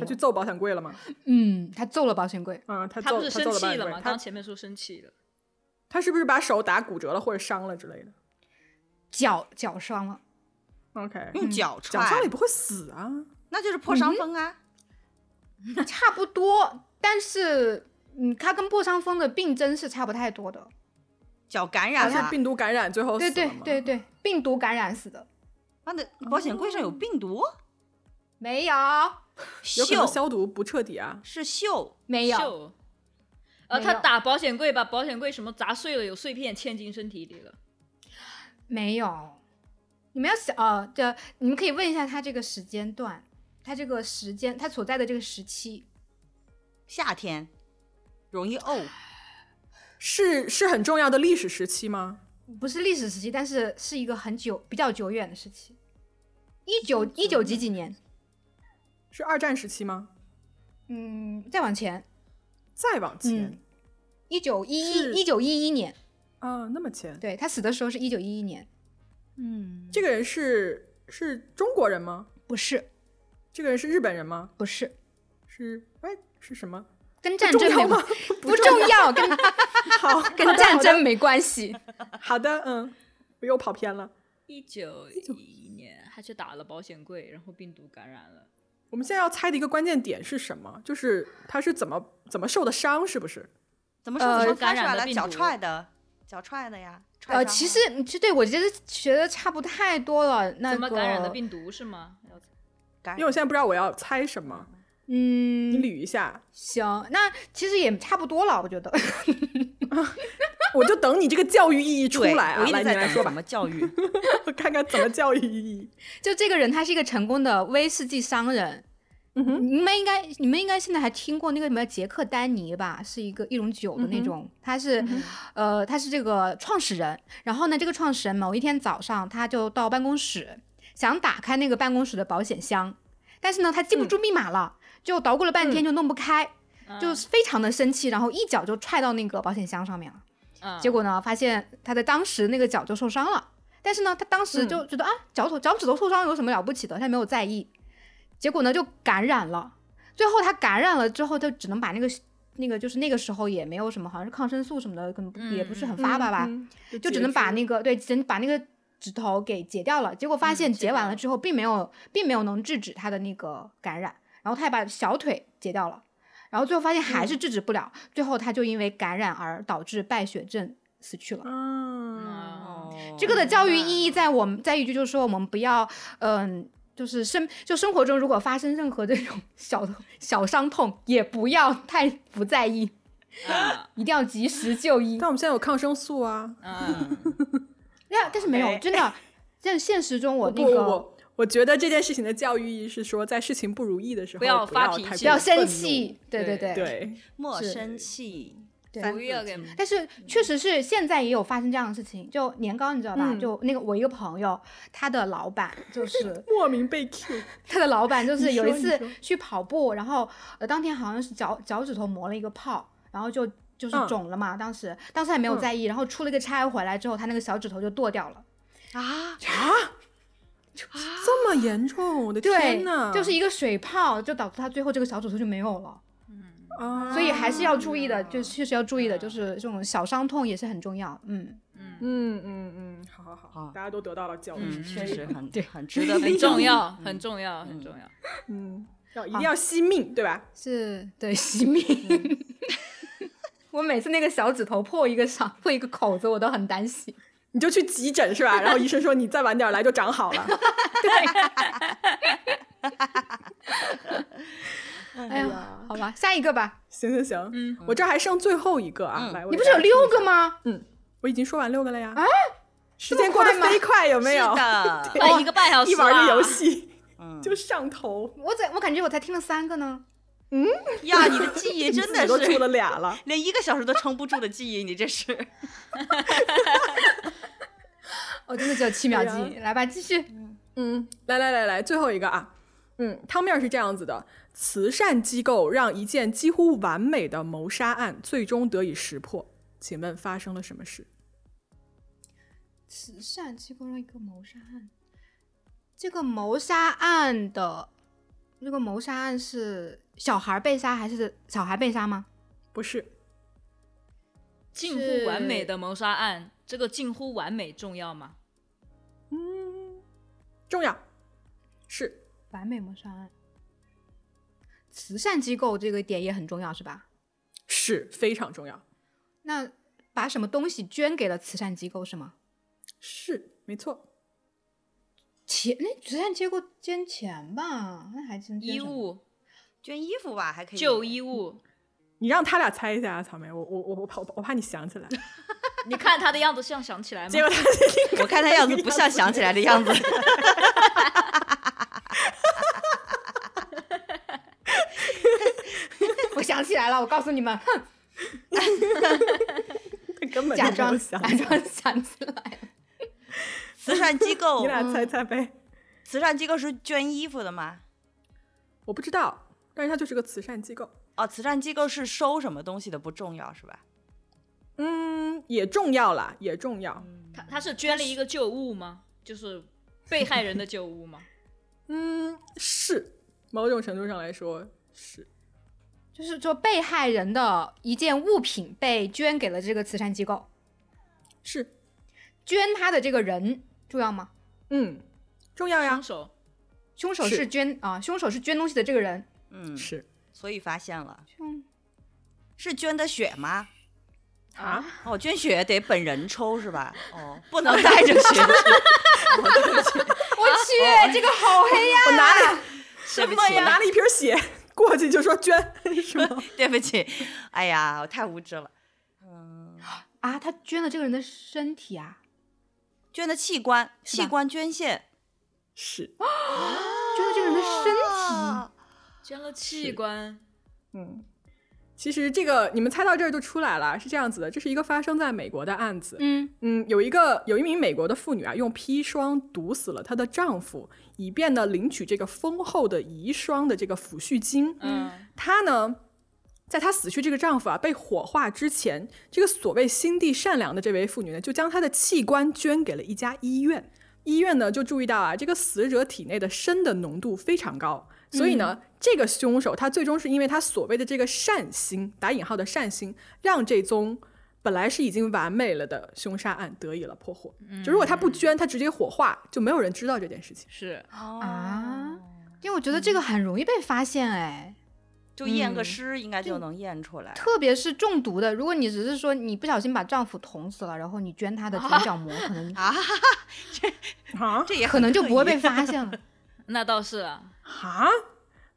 Speaker 1: 他
Speaker 2: 有
Speaker 1: 去，揍保险柜了吗？
Speaker 2: 嗯，他揍了保险柜，
Speaker 1: 嗯，他
Speaker 4: 他
Speaker 1: 揍
Speaker 4: 不是
Speaker 1: 揍了保
Speaker 4: 生气
Speaker 1: 险
Speaker 4: 了
Speaker 1: 柜
Speaker 4: 吗？刚
Speaker 1: 他
Speaker 4: 刚前面说生气了，
Speaker 1: 他是不是把手打骨折了或者伤了之类的
Speaker 2: 脚脚伤了，
Speaker 1: ？OK，
Speaker 3: 用脚
Speaker 1: 脚伤
Speaker 3: 踹
Speaker 1: 了也，不会死啊。
Speaker 3: 那就是破伤风啊。
Speaker 2: 差不多，但是嗯，他跟破伤风的病征是差不太多的。
Speaker 3: 脚感
Speaker 1: 他
Speaker 3: 染啊
Speaker 1: 是
Speaker 3: 了，
Speaker 1: 病毒感染最后死
Speaker 2: 哎对
Speaker 1: 了
Speaker 2: 对
Speaker 1: 吗
Speaker 2: 对对，病毒感染死的，
Speaker 3: 他的啊保险柜上有病毒，
Speaker 2: 没
Speaker 1: 有
Speaker 2: 有
Speaker 1: 可能
Speaker 3: 锈
Speaker 1: 消毒不彻底啊。
Speaker 3: 是锈，
Speaker 2: 没有，
Speaker 4: 秀。呃，
Speaker 2: 没
Speaker 4: 他
Speaker 2: 有
Speaker 4: 打保险柜，把保险柜什么砸碎了，有碎片嵌进身体里了。
Speaker 2: 没有。你们要想呃，这你们可以问一下他这个时间段，他这个时间，他所在的这个时期，
Speaker 3: 夏天容易呕，
Speaker 1: 是是很重要的历史时期吗？
Speaker 2: 不是历史时期，但是是一个很久、比较久远的时期，一九一九几几年，
Speaker 1: 是二战时期吗？
Speaker 2: 嗯，再往前，
Speaker 1: 再往
Speaker 2: 嗯
Speaker 1: 前，
Speaker 2: 一九一
Speaker 1: 是
Speaker 2: 一一九一一年，
Speaker 1: 啊，那么前，
Speaker 2: 对他死的时候是一九一一年，
Speaker 3: 嗯，
Speaker 1: 这个人是是中国人吗？
Speaker 2: 不是
Speaker 1: 这个人是日本人吗？
Speaker 2: 不是，
Speaker 1: 是哎是什么？
Speaker 2: 跟战
Speaker 1: 重
Speaker 2: 争没
Speaker 1: 要吗
Speaker 2: 关？不重要，跟
Speaker 1: 好，
Speaker 2: 跟战争没关系。
Speaker 1: 好的，嗯，我又跑偏了。
Speaker 4: 一九一一年，他去打了保险柜，然后病毒感染了。
Speaker 1: 我们现在要猜的一个关键点是什么？就是他是怎么怎么受的伤，是不是？
Speaker 3: 怎么说
Speaker 2: 呃
Speaker 3: 怎么翻出
Speaker 4: 感染
Speaker 3: 来
Speaker 4: 了
Speaker 3: 了？
Speaker 4: 病
Speaker 3: 脚
Speaker 4: 毒
Speaker 3: 踹的，脚踹的呀。踹
Speaker 2: 呃，
Speaker 3: 伤
Speaker 2: 其
Speaker 3: 了
Speaker 2: 实其实对我觉得学的差不太多了。那个、
Speaker 4: 怎么感染的病毒是吗？
Speaker 1: 嗯
Speaker 4: 要
Speaker 3: 感
Speaker 1: 因为我现在不知道我要猜什么，你
Speaker 2: 嗯，
Speaker 1: 捋一下，
Speaker 2: 行，那其实也差不多了，我觉得。
Speaker 1: 我就等你这个教育意义出
Speaker 3: 对
Speaker 1: 来啊！
Speaker 3: 我一
Speaker 1: 来，
Speaker 3: 直
Speaker 1: 你
Speaker 3: 在
Speaker 1: 来
Speaker 3: 等
Speaker 1: 说
Speaker 3: 怎
Speaker 1: 吧，
Speaker 3: 么 教育。
Speaker 1: 我看看怎么教育意 义。
Speaker 2: 就这个人，他是一个成功的威士忌商人。
Speaker 1: 嗯哼
Speaker 2: 你们应该，你们应该现在还听过那个什么杰克丹尼吧？是一个一种酒的
Speaker 1: 嗯
Speaker 2: 那种，他是，呃，他是这个创始人。然后呢，这个创始人某一天早上，他就到办公室，想打开那个办公室的保险箱，但是呢，他记
Speaker 1: 嗯
Speaker 2: 不住密码了，就捣鼓了半天就弄不开，
Speaker 1: 嗯
Speaker 2: 就是非常的生气，然后一脚就踹到那个保险箱上面了。
Speaker 4: 嗯
Speaker 2: 结果呢，发现他的当时那个脚就受伤了，但是呢，他当时
Speaker 1: 嗯
Speaker 2: 就觉得、啊，脚头脚趾头受伤有什么了不起的，他没有在意。结果呢，就感染了。最后他感染了之后，就只能把那个那个就是那个时候也没有什么，好像是抗生素什么的，可能不也不是很发达吧，
Speaker 1: 嗯，嗯
Speaker 2: 就只能把那个对，只能把那个指头给截掉了，结果发
Speaker 4: 嗯
Speaker 2: 现
Speaker 4: 截
Speaker 2: 截完
Speaker 4: 掉
Speaker 2: 了
Speaker 4: 了
Speaker 2: 之后，并没有并没有能制止他的那个感染，然后他也把小腿截掉了，然后最后发现还是制止不了，最后他就因为感染而导致败血症死去
Speaker 1: 哦啊
Speaker 2: 了。
Speaker 1: 嗯，
Speaker 3: 哦
Speaker 4: 啊
Speaker 2: 这 个的教育
Speaker 4: 明白
Speaker 2: 意义在我们在于就就是说我们不要，嗯、就是生就生活中如果发生任何这种小小伤痛，也不要太不在意，
Speaker 4: 啊
Speaker 2: 一定要及时就医
Speaker 1: 但。我们现在有抗生素啊。
Speaker 4: 嗯，
Speaker 2: 那但是没有
Speaker 3: 哎
Speaker 2: 真的，在现实中我
Speaker 1: 不
Speaker 2: 那
Speaker 1: 不
Speaker 2: 个
Speaker 1: 不，我觉得这件事情的教育意义是说，在事情不如意的时候，
Speaker 4: 不
Speaker 1: 不
Speaker 4: 要发
Speaker 1: 太
Speaker 4: 脾
Speaker 1: 过
Speaker 4: 气
Speaker 2: 不要
Speaker 1: 愤
Speaker 2: 生
Speaker 1: 怒
Speaker 2: 气，对
Speaker 4: 对
Speaker 2: 对。
Speaker 1: 对，
Speaker 3: 莫
Speaker 2: 是
Speaker 3: 生气，
Speaker 2: 对
Speaker 3: 三
Speaker 4: 不
Speaker 3: 字
Speaker 4: 要给
Speaker 3: 经
Speaker 2: 但是确实是现在也有发生这样的事情，就年糕你知道吧？
Speaker 1: 嗯
Speaker 2: 就那个我一个朋友，他的老板就 是
Speaker 1: 莫名被 Q，
Speaker 2: 他的老板就是
Speaker 1: 你
Speaker 2: 有一
Speaker 1: 说你
Speaker 2: 次
Speaker 1: 说
Speaker 2: 去跑步，然后呃当天好像是脚脚趾头磨了一个泡，然后就就是
Speaker 1: 嗯
Speaker 2: 肿了嘛，当时当时还没有
Speaker 1: 嗯
Speaker 2: 在意，然后出了一个差回来之后，他那个小指头就剁掉了，
Speaker 3: 啊，
Speaker 1: 这么严重，我的
Speaker 2: 对
Speaker 1: 天呐，，
Speaker 2: 就是一个水泡，就导致他最后这个小指头就没有了，
Speaker 1: 啊，
Speaker 2: 所以还是要注意的，就
Speaker 4: 啊
Speaker 2: 确实要注意的，
Speaker 4: 啊
Speaker 2: 就是这种小伤痛也是很重要，嗯，
Speaker 4: 嗯，
Speaker 1: 嗯嗯嗯，好好好
Speaker 3: 好，
Speaker 1: 大家都得到了教育，
Speaker 3: 嗯，确实很
Speaker 2: 对
Speaker 3: 很值得 被
Speaker 4: 很重
Speaker 3: 注意
Speaker 4: 要，
Speaker 3: 嗯
Speaker 4: 很重要，很重要。
Speaker 1: 嗯，要一定要惜命，对吧？
Speaker 2: 是 对惜命。嗯 我每次那个小指头破一个伤破一个口子，我都很担心。
Speaker 1: 你就去急诊是吧？然后医生说你再晚点来就长好了。
Speaker 2: 哎呀，好吧，下一个吧。
Speaker 1: 行行行，
Speaker 4: 嗯，
Speaker 1: 我这还剩最后一个啊，
Speaker 3: 嗯
Speaker 1: 来，我
Speaker 2: 你
Speaker 1: 给
Speaker 2: 不是有
Speaker 1: 大家
Speaker 2: 六个吗？
Speaker 1: 我已经说完六个了呀。
Speaker 2: 啊，
Speaker 1: 时
Speaker 2: 这
Speaker 1: 间
Speaker 2: 么
Speaker 1: 过得
Speaker 2: 快吗
Speaker 1: 飞快，有没有
Speaker 3: 是？的，
Speaker 4: 快一个半小时啊
Speaker 1: 一玩
Speaker 4: 啦
Speaker 1: 个游，戏
Speaker 3: 嗯
Speaker 1: 就上 头，
Speaker 2: 我怎我感觉我才听了三个呢？
Speaker 3: 呀，你 的记忆真
Speaker 1: 自己
Speaker 3: 的
Speaker 1: 都住
Speaker 3: 是
Speaker 1: 了俩了。
Speaker 3: 连一个小时都撑不住的记忆，你这是
Speaker 2: 我哦真的只有七秒
Speaker 1: 对啊
Speaker 2: 记忆。来吧，继续。
Speaker 1: 嗯，来来来来，最后一个啊，嗯，汤面是这样子的：慈善机构让一件几乎完美的谋杀案最终得以识破，请问发生了什么事？
Speaker 2: 慈善机构让一个谋杀案，这个谋杀案的这个谋杀案是小孩被杀还是小孩被杀吗？
Speaker 1: 不是，
Speaker 4: 近乎完美的谋杀案，这个近乎完美重要吗？
Speaker 1: 重要，是
Speaker 2: 完美谋杀案。慈善机构这个点也很重要，是吧？
Speaker 1: 是非常重要，
Speaker 2: 那把什么东西捐给了慈善机构是吗？
Speaker 1: 是没错，
Speaker 2: 钱？那慈善机构捐钱吧？那还捐捐
Speaker 4: 衣
Speaker 2: 什么
Speaker 4: 物、
Speaker 3: 捐衣服吧，还可以
Speaker 4: 旧衣物，
Speaker 1: 你让他俩猜一下啊，草莓，我我我我怕我怕你想起来，
Speaker 4: 你看他的样子像想起来吗
Speaker 1: 结？果他
Speaker 3: 我看他 样子不像想起来的样子，
Speaker 2: 我想起来了，我告诉你们，哼，
Speaker 1: 他根本就
Speaker 2: 假
Speaker 1: 没有
Speaker 2: 装
Speaker 1: 想
Speaker 2: 假
Speaker 1: 起来，
Speaker 2: 装想起来了，
Speaker 3: 慈善机构
Speaker 1: 你，俩猜猜呗，
Speaker 3: 慈善机构是捐衣服的吗？
Speaker 1: 我不知道，但是他就是个慈善机构，
Speaker 3: 哦，慈善机构是收什么东西的不重要是吧？
Speaker 1: 嗯，也重要啦，也重要，
Speaker 4: 他他是捐了一个旧物吗？就是被害人的旧物吗？
Speaker 1: 嗯，是，某种程度上来说是，
Speaker 2: 就是说被害人的一件物品被捐给了这个慈善机构，
Speaker 1: 是，
Speaker 2: 捐他的这个人重要吗？
Speaker 1: 嗯，重要呀
Speaker 4: 凶，手
Speaker 2: 凶手
Speaker 1: 是
Speaker 2: 是捐啊、凶手是捐东西的这个人，
Speaker 3: 嗯，
Speaker 1: 是
Speaker 3: 所以发现了，
Speaker 2: 凶
Speaker 3: 是捐的血吗？
Speaker 1: 啊，
Speaker 3: 哦，捐血得本人抽是吧？哦，不能带着 血去。
Speaker 2: 我去，这个好黑呀、
Speaker 1: 我拿 了
Speaker 3: 对不
Speaker 1: 我拿
Speaker 3: 起，
Speaker 1: 了一瓶血过去就说捐， 是 吗？
Speaker 3: 对不起，哎呀，我太无知了。
Speaker 2: 啊！他捐了这个人的身体啊，
Speaker 3: 捐的器官，
Speaker 2: 是吧
Speaker 3: 器官捐献，
Speaker 1: 是，
Speaker 2: 捐了这个人的身体，
Speaker 3: 啊
Speaker 4: 捐了器官，
Speaker 1: 嗯。其实这个你们猜到这儿就出来了，是这样子的，这是一个发生在美国的案子。
Speaker 2: 嗯，
Speaker 1: 嗯，有一个有一名美国的妇女啊，用砒霜毒死了她的丈夫，以便呢领取这个丰厚的遗孀的这个抚恤金。
Speaker 4: 嗯，
Speaker 1: 她呢，在她死去这个丈夫啊被火化之前，这个所谓心地善良的这位妇女呢，就将她的器官捐给了一家医院。医院呢就注意到啊，这个死者体内的砷的浓度非常高，所以
Speaker 4: 嗯
Speaker 1: 呢，这个
Speaker 4: 嗯
Speaker 1: 凶手他最终是因为他所谓的这个善心（打引号的善心），让这宗本来是已经完美了的凶杀案得以了破获。就如果他不捐，他直接火化，就没有人知道这件事情。
Speaker 4: 是
Speaker 3: 哦
Speaker 2: 啊，因为我觉得这个很容易被发现哎，
Speaker 3: 就验个
Speaker 1: 嗯
Speaker 3: 尸应该就能验出来。
Speaker 2: 特别是中毒的，如果你只是说你不小心把丈夫捅死了，然后你捐他的眼角膜，可能
Speaker 3: 啊，
Speaker 1: 啊
Speaker 3: 这也
Speaker 2: 可能就不会被发
Speaker 3: 现。
Speaker 2: 现了。
Speaker 4: 那倒是啊。
Speaker 1: 啊！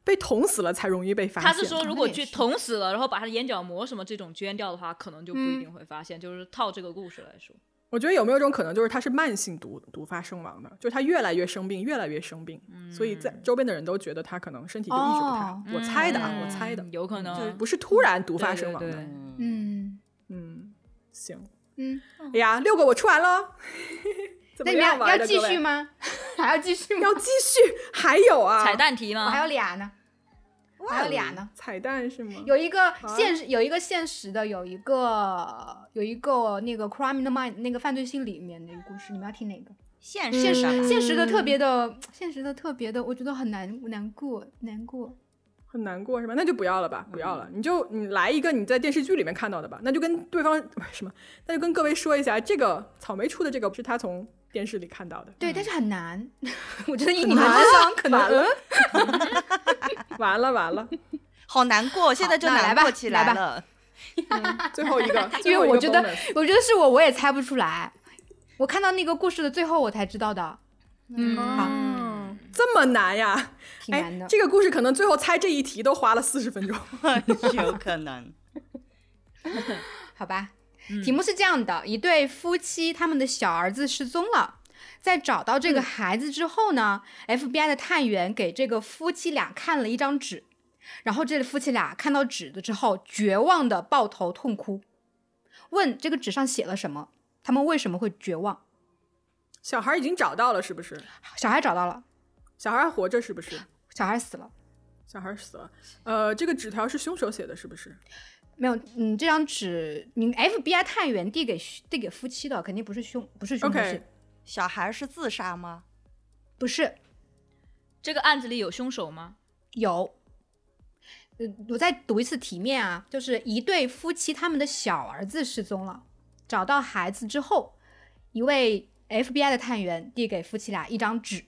Speaker 1: 被捅死了才容易被发现。
Speaker 4: 他是说，如果
Speaker 2: 那也
Speaker 4: 去
Speaker 2: 是
Speaker 4: 捅死了，然后把他的眼角膜什么这种捐掉的话，可能就不一
Speaker 2: 嗯
Speaker 4: 定会发现。就是套这个故事来说，
Speaker 1: 我觉得有没有一种可能，就是他是慢性毒毒发身亡的，就是他越来越生病，越来越生病，所以在周边的人都觉得他可能身体就抑制不太好。
Speaker 2: 嗯哦
Speaker 1: 我猜的啊，
Speaker 4: 嗯
Speaker 1: 我猜的，
Speaker 4: 有可能
Speaker 1: 就是不是突然毒发身亡的。
Speaker 4: 对对对
Speaker 2: 嗯
Speaker 1: 嗯，行，
Speaker 2: 嗯，
Speaker 1: 哎呀，六个我出完 了， 怎
Speaker 2: 那
Speaker 1: 么
Speaker 2: 你们
Speaker 1: 样
Speaker 2: 要
Speaker 1: 玩
Speaker 2: 要
Speaker 1: 的
Speaker 2: 继
Speaker 1: 各位
Speaker 2: 续吗？还要继续吗
Speaker 1: 要？继续，还有啊，
Speaker 4: 彩蛋题吗？
Speaker 2: 我还有俩呢，我还有俩呢。
Speaker 1: 彩蛋是吗？
Speaker 2: 有一个
Speaker 1: 啊
Speaker 2: 现实，有一个现实的，有一个有一个那个《Crime in the Mind》那个犯罪心理里面的一个故事，你们要听哪个？
Speaker 3: 现
Speaker 1: 嗯
Speaker 3: 实
Speaker 2: 现实、
Speaker 3: 上
Speaker 2: 现实的特别的，现实的特别的，我觉得很难难过难过。
Speaker 1: 很难过是吧？那就不要了吧，不要
Speaker 2: 嗯
Speaker 1: 了，你就你来一个你在电视剧里面看到的吧，那就跟对方 什么，那就跟各位说一下，这个草莓出的这个是他从电视里看到的，
Speaker 2: 对，但是很难，我觉得以
Speaker 1: 很
Speaker 2: 你们
Speaker 1: 难
Speaker 2: 智商可能
Speaker 1: 完了，嗯 完了完了，
Speaker 3: 好难过，现在就
Speaker 2: 那来
Speaker 3: 难
Speaker 2: 吧
Speaker 3: 过起
Speaker 2: 来吧
Speaker 3: 了。
Speaker 1: 最后一个，
Speaker 2: 因为我觉得
Speaker 1: 最后一个 bonus，
Speaker 2: 我觉得是我，我也猜不出来。我看到那个故事的最后，我才知道的，
Speaker 4: 嗯，
Speaker 2: 好
Speaker 1: 嗯，这么难呀？
Speaker 2: 挺
Speaker 1: 哎
Speaker 2: 难的，。
Speaker 1: 这个故事可能最后猜这一题都花了四十分钟。
Speaker 3: 有可能。
Speaker 2: 好吧，
Speaker 1: 嗯
Speaker 2: 题目是这样的：一对夫妻，他们的小儿子失踪了。在找到
Speaker 1: 嗯
Speaker 2: 这个孩子之后呢、f b i 的探员给这个夫妻俩看了一张纸，然后这夫妻俩看到纸的之后，绝望的抱头痛哭，问这个纸上写了什么，他们为什么会绝望？
Speaker 1: 小孩已经找到了，是不是？
Speaker 2: 小孩找到了，
Speaker 1: 小孩还活着，是不是？
Speaker 2: 小孩死了，
Speaker 1: 小孩死了。呃，这个纸条是凶手写的，是不是？
Speaker 2: 没有，嗯，这张纸，你 FBI 探员递给递给夫妻的，肯定不是凶，不是凶手
Speaker 1: OK
Speaker 2: 写的
Speaker 3: 小孩是自杀吗？
Speaker 2: 不是
Speaker 4: 这个案子里有凶手吗？
Speaker 2: 有，呃，我再读一次题面啊，就是一对夫妻，他们的小儿子失踪了，找到孩子之后，一位 FBI 的探员递给夫妻俩一张纸，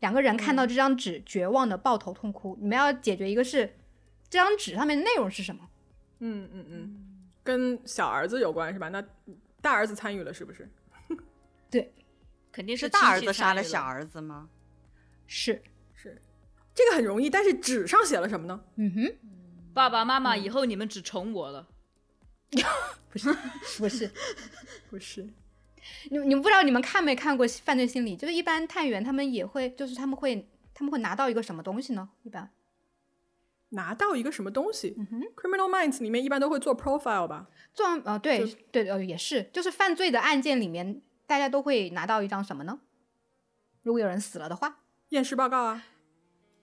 Speaker 2: 两个人看到这张纸，绝望的抱头痛哭。你们要解决一个是这张纸上面的内容是什么？
Speaker 1: 嗯嗯嗯，跟小儿子有关是吧？那大儿子参与了，是不是？
Speaker 4: 肯定
Speaker 3: 是
Speaker 4: 亲戚
Speaker 3: 大儿子杀
Speaker 4: 参与
Speaker 3: 了
Speaker 4: 了
Speaker 3: 小儿子吗？
Speaker 2: 是，
Speaker 1: 是。这个很容易，但是纸上写了什么呢？
Speaker 2: 嗯哼，
Speaker 4: 爸爸妈妈，以后你们只宠我了。
Speaker 2: 不是，不是，
Speaker 1: 不是，
Speaker 2: 你你们不知道你们看没看过《犯罪心理》？就是一般探员他们也会，就是他们会他们会拿到一个什么东西呢？一般
Speaker 1: 拿到一个什么东西、c r i m i n a l Minds》里面一般都会做 profile 吧？
Speaker 2: 做完呃对
Speaker 1: 就
Speaker 2: 对呃也是，就是犯罪的案件里面，大家都会拿到一张什么呢？如果有人死了的话，
Speaker 1: 验尸报告啊？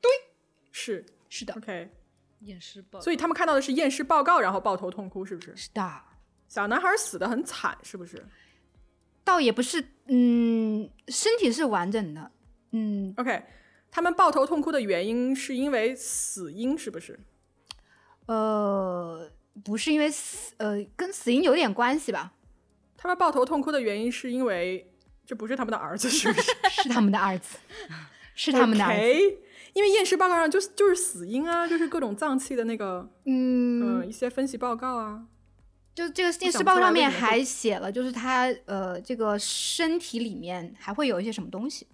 Speaker 1: 对，呃是
Speaker 2: 是的，
Speaker 1: OK。
Speaker 4: 验尸报，
Speaker 1: 所以他们看到的是验尸报告，然后抱头痛哭，是不是？
Speaker 2: 是的，
Speaker 1: 小男孩死的很惨，是不是
Speaker 2: 倒也不是，嗯，身体是完整的，嗯，
Speaker 1: ？OK，他们抱头痛哭的原因是因为死因，是不是？
Speaker 2: 呃，不是因为死，呃，跟死因有点关系吧？
Speaker 1: 他们抱头痛哭的原因是因为这不是他们的儿子，是不是？
Speaker 2: 是他们的儿子， 是他们的 儿子，
Speaker 1: OK，因为验尸报告上就是就是死因啊，就是各种脏器的那个嗯、
Speaker 2: 嗯
Speaker 1: 一些分析报告啊。
Speaker 2: 就这个电
Speaker 1: 想
Speaker 2: 视
Speaker 1: 不
Speaker 2: 报
Speaker 1: 出来
Speaker 2: 上
Speaker 1: 为
Speaker 2: 面
Speaker 1: 什么会
Speaker 2: 还写了，就是他呃，这个身体里面还会有一些什么东西，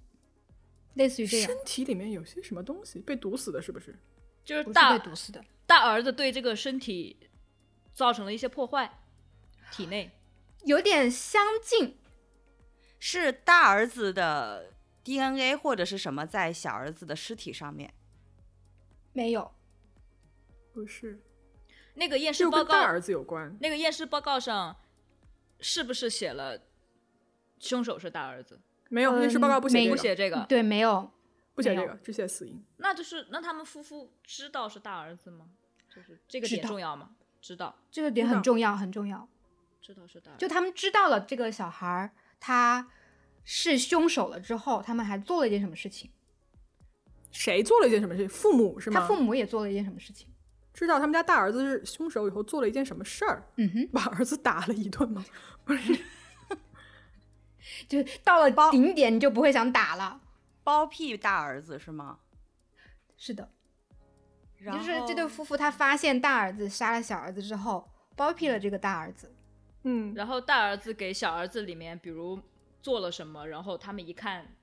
Speaker 2: 类似于这样，
Speaker 1: 身体里面有些什么东西被毒死的，是不是？
Speaker 4: 就是
Speaker 2: 不是
Speaker 4: 大
Speaker 2: 被毒死的，
Speaker 4: 大儿子对这个身体造成了一些破坏，体内
Speaker 2: 有点相近，
Speaker 3: 是大儿子的 DNA 或者是什么在小儿子的尸体上面？
Speaker 2: 没有，
Speaker 1: 不是，
Speaker 4: 那个验尸
Speaker 1: 就
Speaker 4: 报
Speaker 1: 跟大
Speaker 4: 告，
Speaker 1: 儿子有关。
Speaker 4: 那个验尸报告上是不是写了凶手是大儿子？
Speaker 1: 没有，
Speaker 2: 嗯
Speaker 1: 验尸报告不写
Speaker 2: 没
Speaker 1: 这
Speaker 4: 不
Speaker 1: 个，
Speaker 4: 写这个，
Speaker 2: 对，没有，
Speaker 1: 不写这
Speaker 2: 没
Speaker 1: 个，只写死因。
Speaker 4: 那就是那他们夫妇知道是大儿子吗？就是这个
Speaker 2: 知
Speaker 4: 点
Speaker 2: 道
Speaker 4: 重要吗？知道，
Speaker 2: 这个点
Speaker 1: 知
Speaker 2: 很
Speaker 1: 道
Speaker 2: 重要，很重要，
Speaker 4: 知道是大儿子。
Speaker 2: 就他们知道了这个小孩儿他是凶手了之后，他们还做了一件什么事情，
Speaker 1: 谁做了一件什么事？父母是吗？
Speaker 2: 他父母也做了一件什么事情，
Speaker 1: 知道他们家大儿子是凶手以后做了一件什么事儿，
Speaker 2: 嗯哼，
Speaker 1: 把儿子打了一顿吗？
Speaker 2: 就是到了顶点，你就不会想打了。
Speaker 3: 包庇大儿子是吗？
Speaker 2: 是的，
Speaker 3: 然
Speaker 2: 就是这对
Speaker 3: 后
Speaker 2: 夫妇，他发现大儿子杀了小儿子之后，包庇了这个大儿子。
Speaker 1: 嗯，
Speaker 4: 然后大儿子给小儿子里面，比如做了什么，然后他们一看，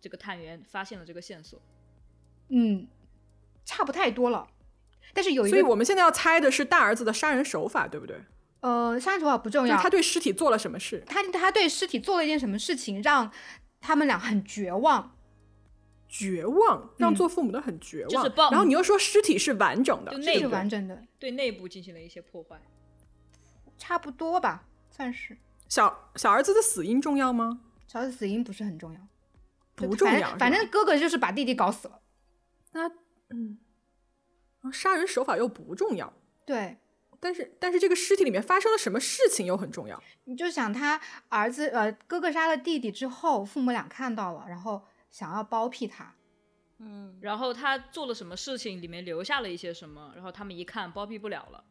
Speaker 4: 这个探员发现了这个线索，
Speaker 2: 嗯，差不太多了。但是有一
Speaker 1: 所以
Speaker 2: 个
Speaker 1: 我们现在要猜的是大儿子的杀人手法，对不对？
Speaker 2: 呃，杀人手法不重
Speaker 1: 就是
Speaker 2: 要，
Speaker 1: 他对尸体做了什么事？
Speaker 2: 他他对尸体做了一件什么事情，让他们俩很绝望。
Speaker 1: 绝望，让做父母的很绝
Speaker 4: 就
Speaker 1: 望。
Speaker 4: 是报
Speaker 1: 然后你又说尸体是完整的
Speaker 4: 就，
Speaker 2: 这
Speaker 4: 内
Speaker 2: 是
Speaker 4: 部
Speaker 2: 完整的，
Speaker 4: 对内部进行了一些破坏。
Speaker 2: 差不多吧，算是。
Speaker 1: 小小儿子的死因重要吗？
Speaker 2: 小儿子死因不是很重要，就
Speaker 1: 不重要
Speaker 2: 反
Speaker 1: 是吧
Speaker 2: 正反正哥哥就是把弟弟搞死了。
Speaker 1: 那嗯，啊杀人手法又不重要，
Speaker 2: 对，
Speaker 1: 但是但是这个尸体里面发生了什么事情又很重要。
Speaker 2: 你就想他儿子呃哥哥杀了弟弟之后，父母俩看到了，然后想要包庇他。
Speaker 3: 嗯，
Speaker 4: 然后他做了什么事情，里面留下了一些什么，然后他们一看包庇不了了。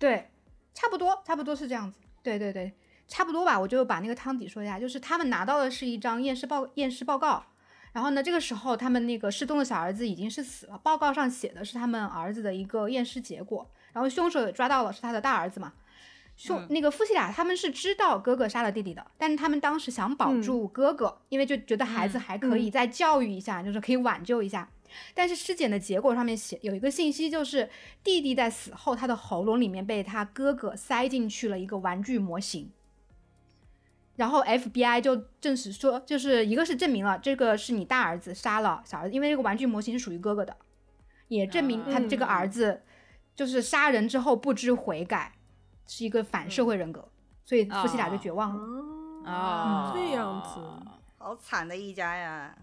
Speaker 2: 对，差不多，差不多是这样子。对对对，差不多吧。我就把那个汤底说一下，就是他们拿到的是一张验尸报验尸报告，然后呢，这个时候他们那个失踪的小儿子已经是死了，报告上写的是他们儿子的一个验尸结果，然后凶手也抓到了，是他的大儿子嘛。凶、那个夫妻俩他们是知道哥哥杀了弟弟的，但是他们当时想保
Speaker 1: 嗯
Speaker 2: 住哥哥，因为就觉得孩子
Speaker 4: 嗯
Speaker 2: 还可以再教育一下，就是可以挽救一下。但是尸检的结果上面写有一个信息，就是弟弟在死后，他的喉咙里面被他哥哥塞进去了一个玩具模型。然后 FBI 就证实说，就是一个是证明了这个是你大儿子杀了小儿子，因为这个玩具模型是属于哥哥的，也证明他这个
Speaker 1: 嗯
Speaker 2: 儿子就是杀人之后不知悔改，是一个反
Speaker 3: 嗯
Speaker 2: 社会人格，所以夫妻俩
Speaker 3: 哦
Speaker 2: 就绝望了。
Speaker 1: 啊，
Speaker 4: 啊
Speaker 1: 这样子。
Speaker 3: 好惨的一家呀！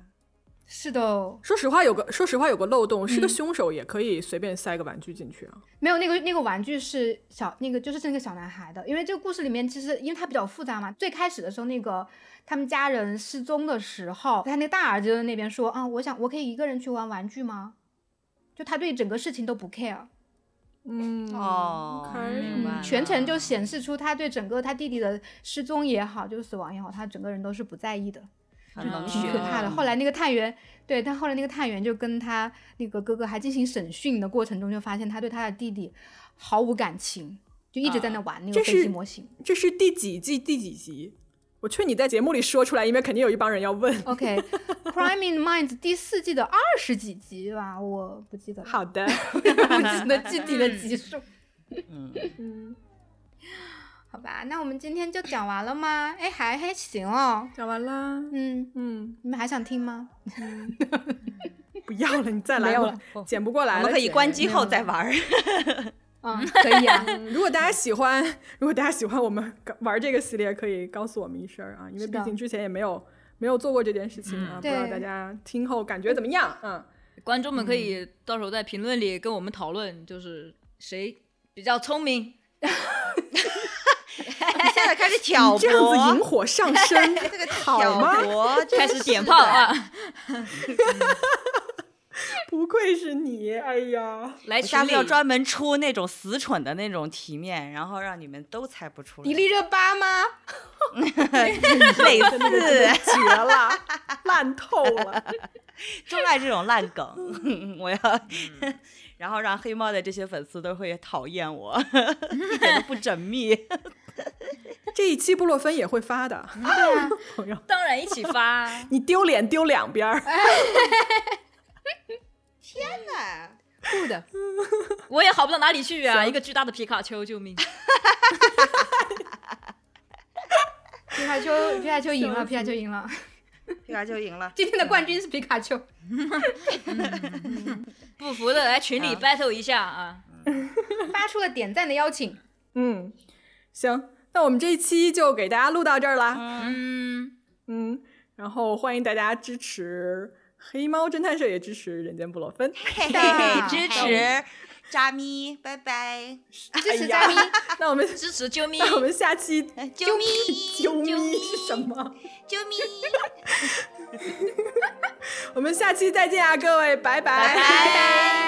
Speaker 2: 是的哦，
Speaker 1: 说实话，有个说实话有个漏洞，是个
Speaker 2: 嗯
Speaker 1: 凶手也可以随便塞个玩具进去啊。
Speaker 2: 没有那个那个玩具是小那个就是那个小男孩的，因为这个故事里面其实因为它比较复杂嘛，最开始的时候那个他们家人失踪的时候，他那大儿子就在那边说啊，我想我可以一个人去玩玩具吗？就他对整个事情都不 care，
Speaker 1: 嗯，
Speaker 3: 哦
Speaker 1: OK
Speaker 3: 明白
Speaker 2: 嗯
Speaker 3: 了
Speaker 2: 全程就显示出他对整个他弟弟的失踪也好，就是死亡也好，他整个人都是不在意的，
Speaker 3: 很冷
Speaker 2: 挺
Speaker 3: 血啊
Speaker 2: 可怕的。后
Speaker 3: 来
Speaker 2: 来那个探员，对，但后来那个探员就跟他那个哥哥还进行审讯的过程中，就发现他对他的弟弟毫无感情，就一直在那玩那个
Speaker 1: 这
Speaker 2: 飞
Speaker 1: 是
Speaker 2: 机模型。
Speaker 1: 这是第几季第几集？我劝你在节目里说出来，因为肯定有一帮人要问。
Speaker 2: OK，Crime in Mind 第四季的二十几集吧，我不记得了，
Speaker 1: 好的，
Speaker 2: 不记得具体的集数。
Speaker 3: 嗯，
Speaker 1: 嗯，
Speaker 2: 好吧，那我们今天就讲完了吗？哎，还还行哦。
Speaker 1: 讲完啦。
Speaker 2: 嗯，
Speaker 1: 嗯，
Speaker 2: 你们还想听吗？
Speaker 1: 不要了，你再来，
Speaker 2: 没有
Speaker 1: 我
Speaker 2: 了
Speaker 3: 不
Speaker 1: 剪不过来了。
Speaker 3: 我们可以
Speaker 1: 剪
Speaker 3: 关机后再玩儿。
Speaker 2: 嗯，可以啊。
Speaker 1: 嗯 如果大家喜欢，如果大家喜欢我们玩这个系列，可以告诉我们一声啊，因为
Speaker 2: 是
Speaker 1: 毕
Speaker 2: 的
Speaker 1: 竟之前也没有没有做过这件事情啊，
Speaker 4: 嗯
Speaker 1: 不知道
Speaker 2: 对
Speaker 1: 大家听后感觉怎么样？嗯，
Speaker 4: 观众们可以到时候在评论里跟我们讨论，就是谁比较聪明。
Speaker 3: 你 现在开始 挑拨，
Speaker 1: 这样子引火上身
Speaker 3: 这个
Speaker 1: 好
Speaker 3: 挑
Speaker 1: 吗？
Speaker 3: 拨真
Speaker 4: 开
Speaker 3: 是
Speaker 4: 始
Speaker 3: 的
Speaker 4: 点炮！啊！
Speaker 1: 不愧是你，哎呀，
Speaker 4: 来
Speaker 3: 我
Speaker 4: 群
Speaker 3: 下次要
Speaker 4: 里
Speaker 3: 专门出那种死蠢的那种题面，然后让你们都猜不出来。
Speaker 2: 迪丽热巴吗？
Speaker 3: 类
Speaker 1: 真的真的
Speaker 3: 似，
Speaker 1: 绝了， 烂透了。
Speaker 3: 钟爱这种烂梗， 嗯我要， 然后让黑猫的这些粉丝都会讨厌 我，一点都不缜 密。
Speaker 1: 这一期布洛芬也会发的，
Speaker 2: 对啊，
Speaker 1: 朋友，
Speaker 4: 当然一起发。
Speaker 1: 你丢脸丢两边儿。
Speaker 2: 酷的。
Speaker 4: 我也好不到哪里去啊！一个巨大的皮卡丘，救命！
Speaker 2: 皮卡丘，皮卡丘赢了，皮卡丘赢了。
Speaker 3: 皮卡丘赢了，
Speaker 2: 今天的冠军是皮卡丘。
Speaker 4: 不服的来群里
Speaker 3: 啊
Speaker 4: battle 一下啊！
Speaker 2: 发出了点赞的邀请。
Speaker 1: 嗯，行，那我们这一期就给大家录到这儿啦。
Speaker 4: 嗯，
Speaker 1: 嗯，然后欢迎大家支持黑猫侦探社，也支持人间布洛芬，
Speaker 3: 嘿嘿
Speaker 2: 的
Speaker 3: 嘿，支持扎咪，拜拜，
Speaker 2: 支持
Speaker 1: 哎
Speaker 2: 嘉
Speaker 1: 呀
Speaker 2: 宾，
Speaker 1: 那我们
Speaker 4: 支持救 命！
Speaker 1: 那我们下期！
Speaker 3: 救命
Speaker 1: 啾咪是什么？
Speaker 3: 救 命！
Speaker 1: 我们下期再见啊，各位，拜
Speaker 3: 拜拜。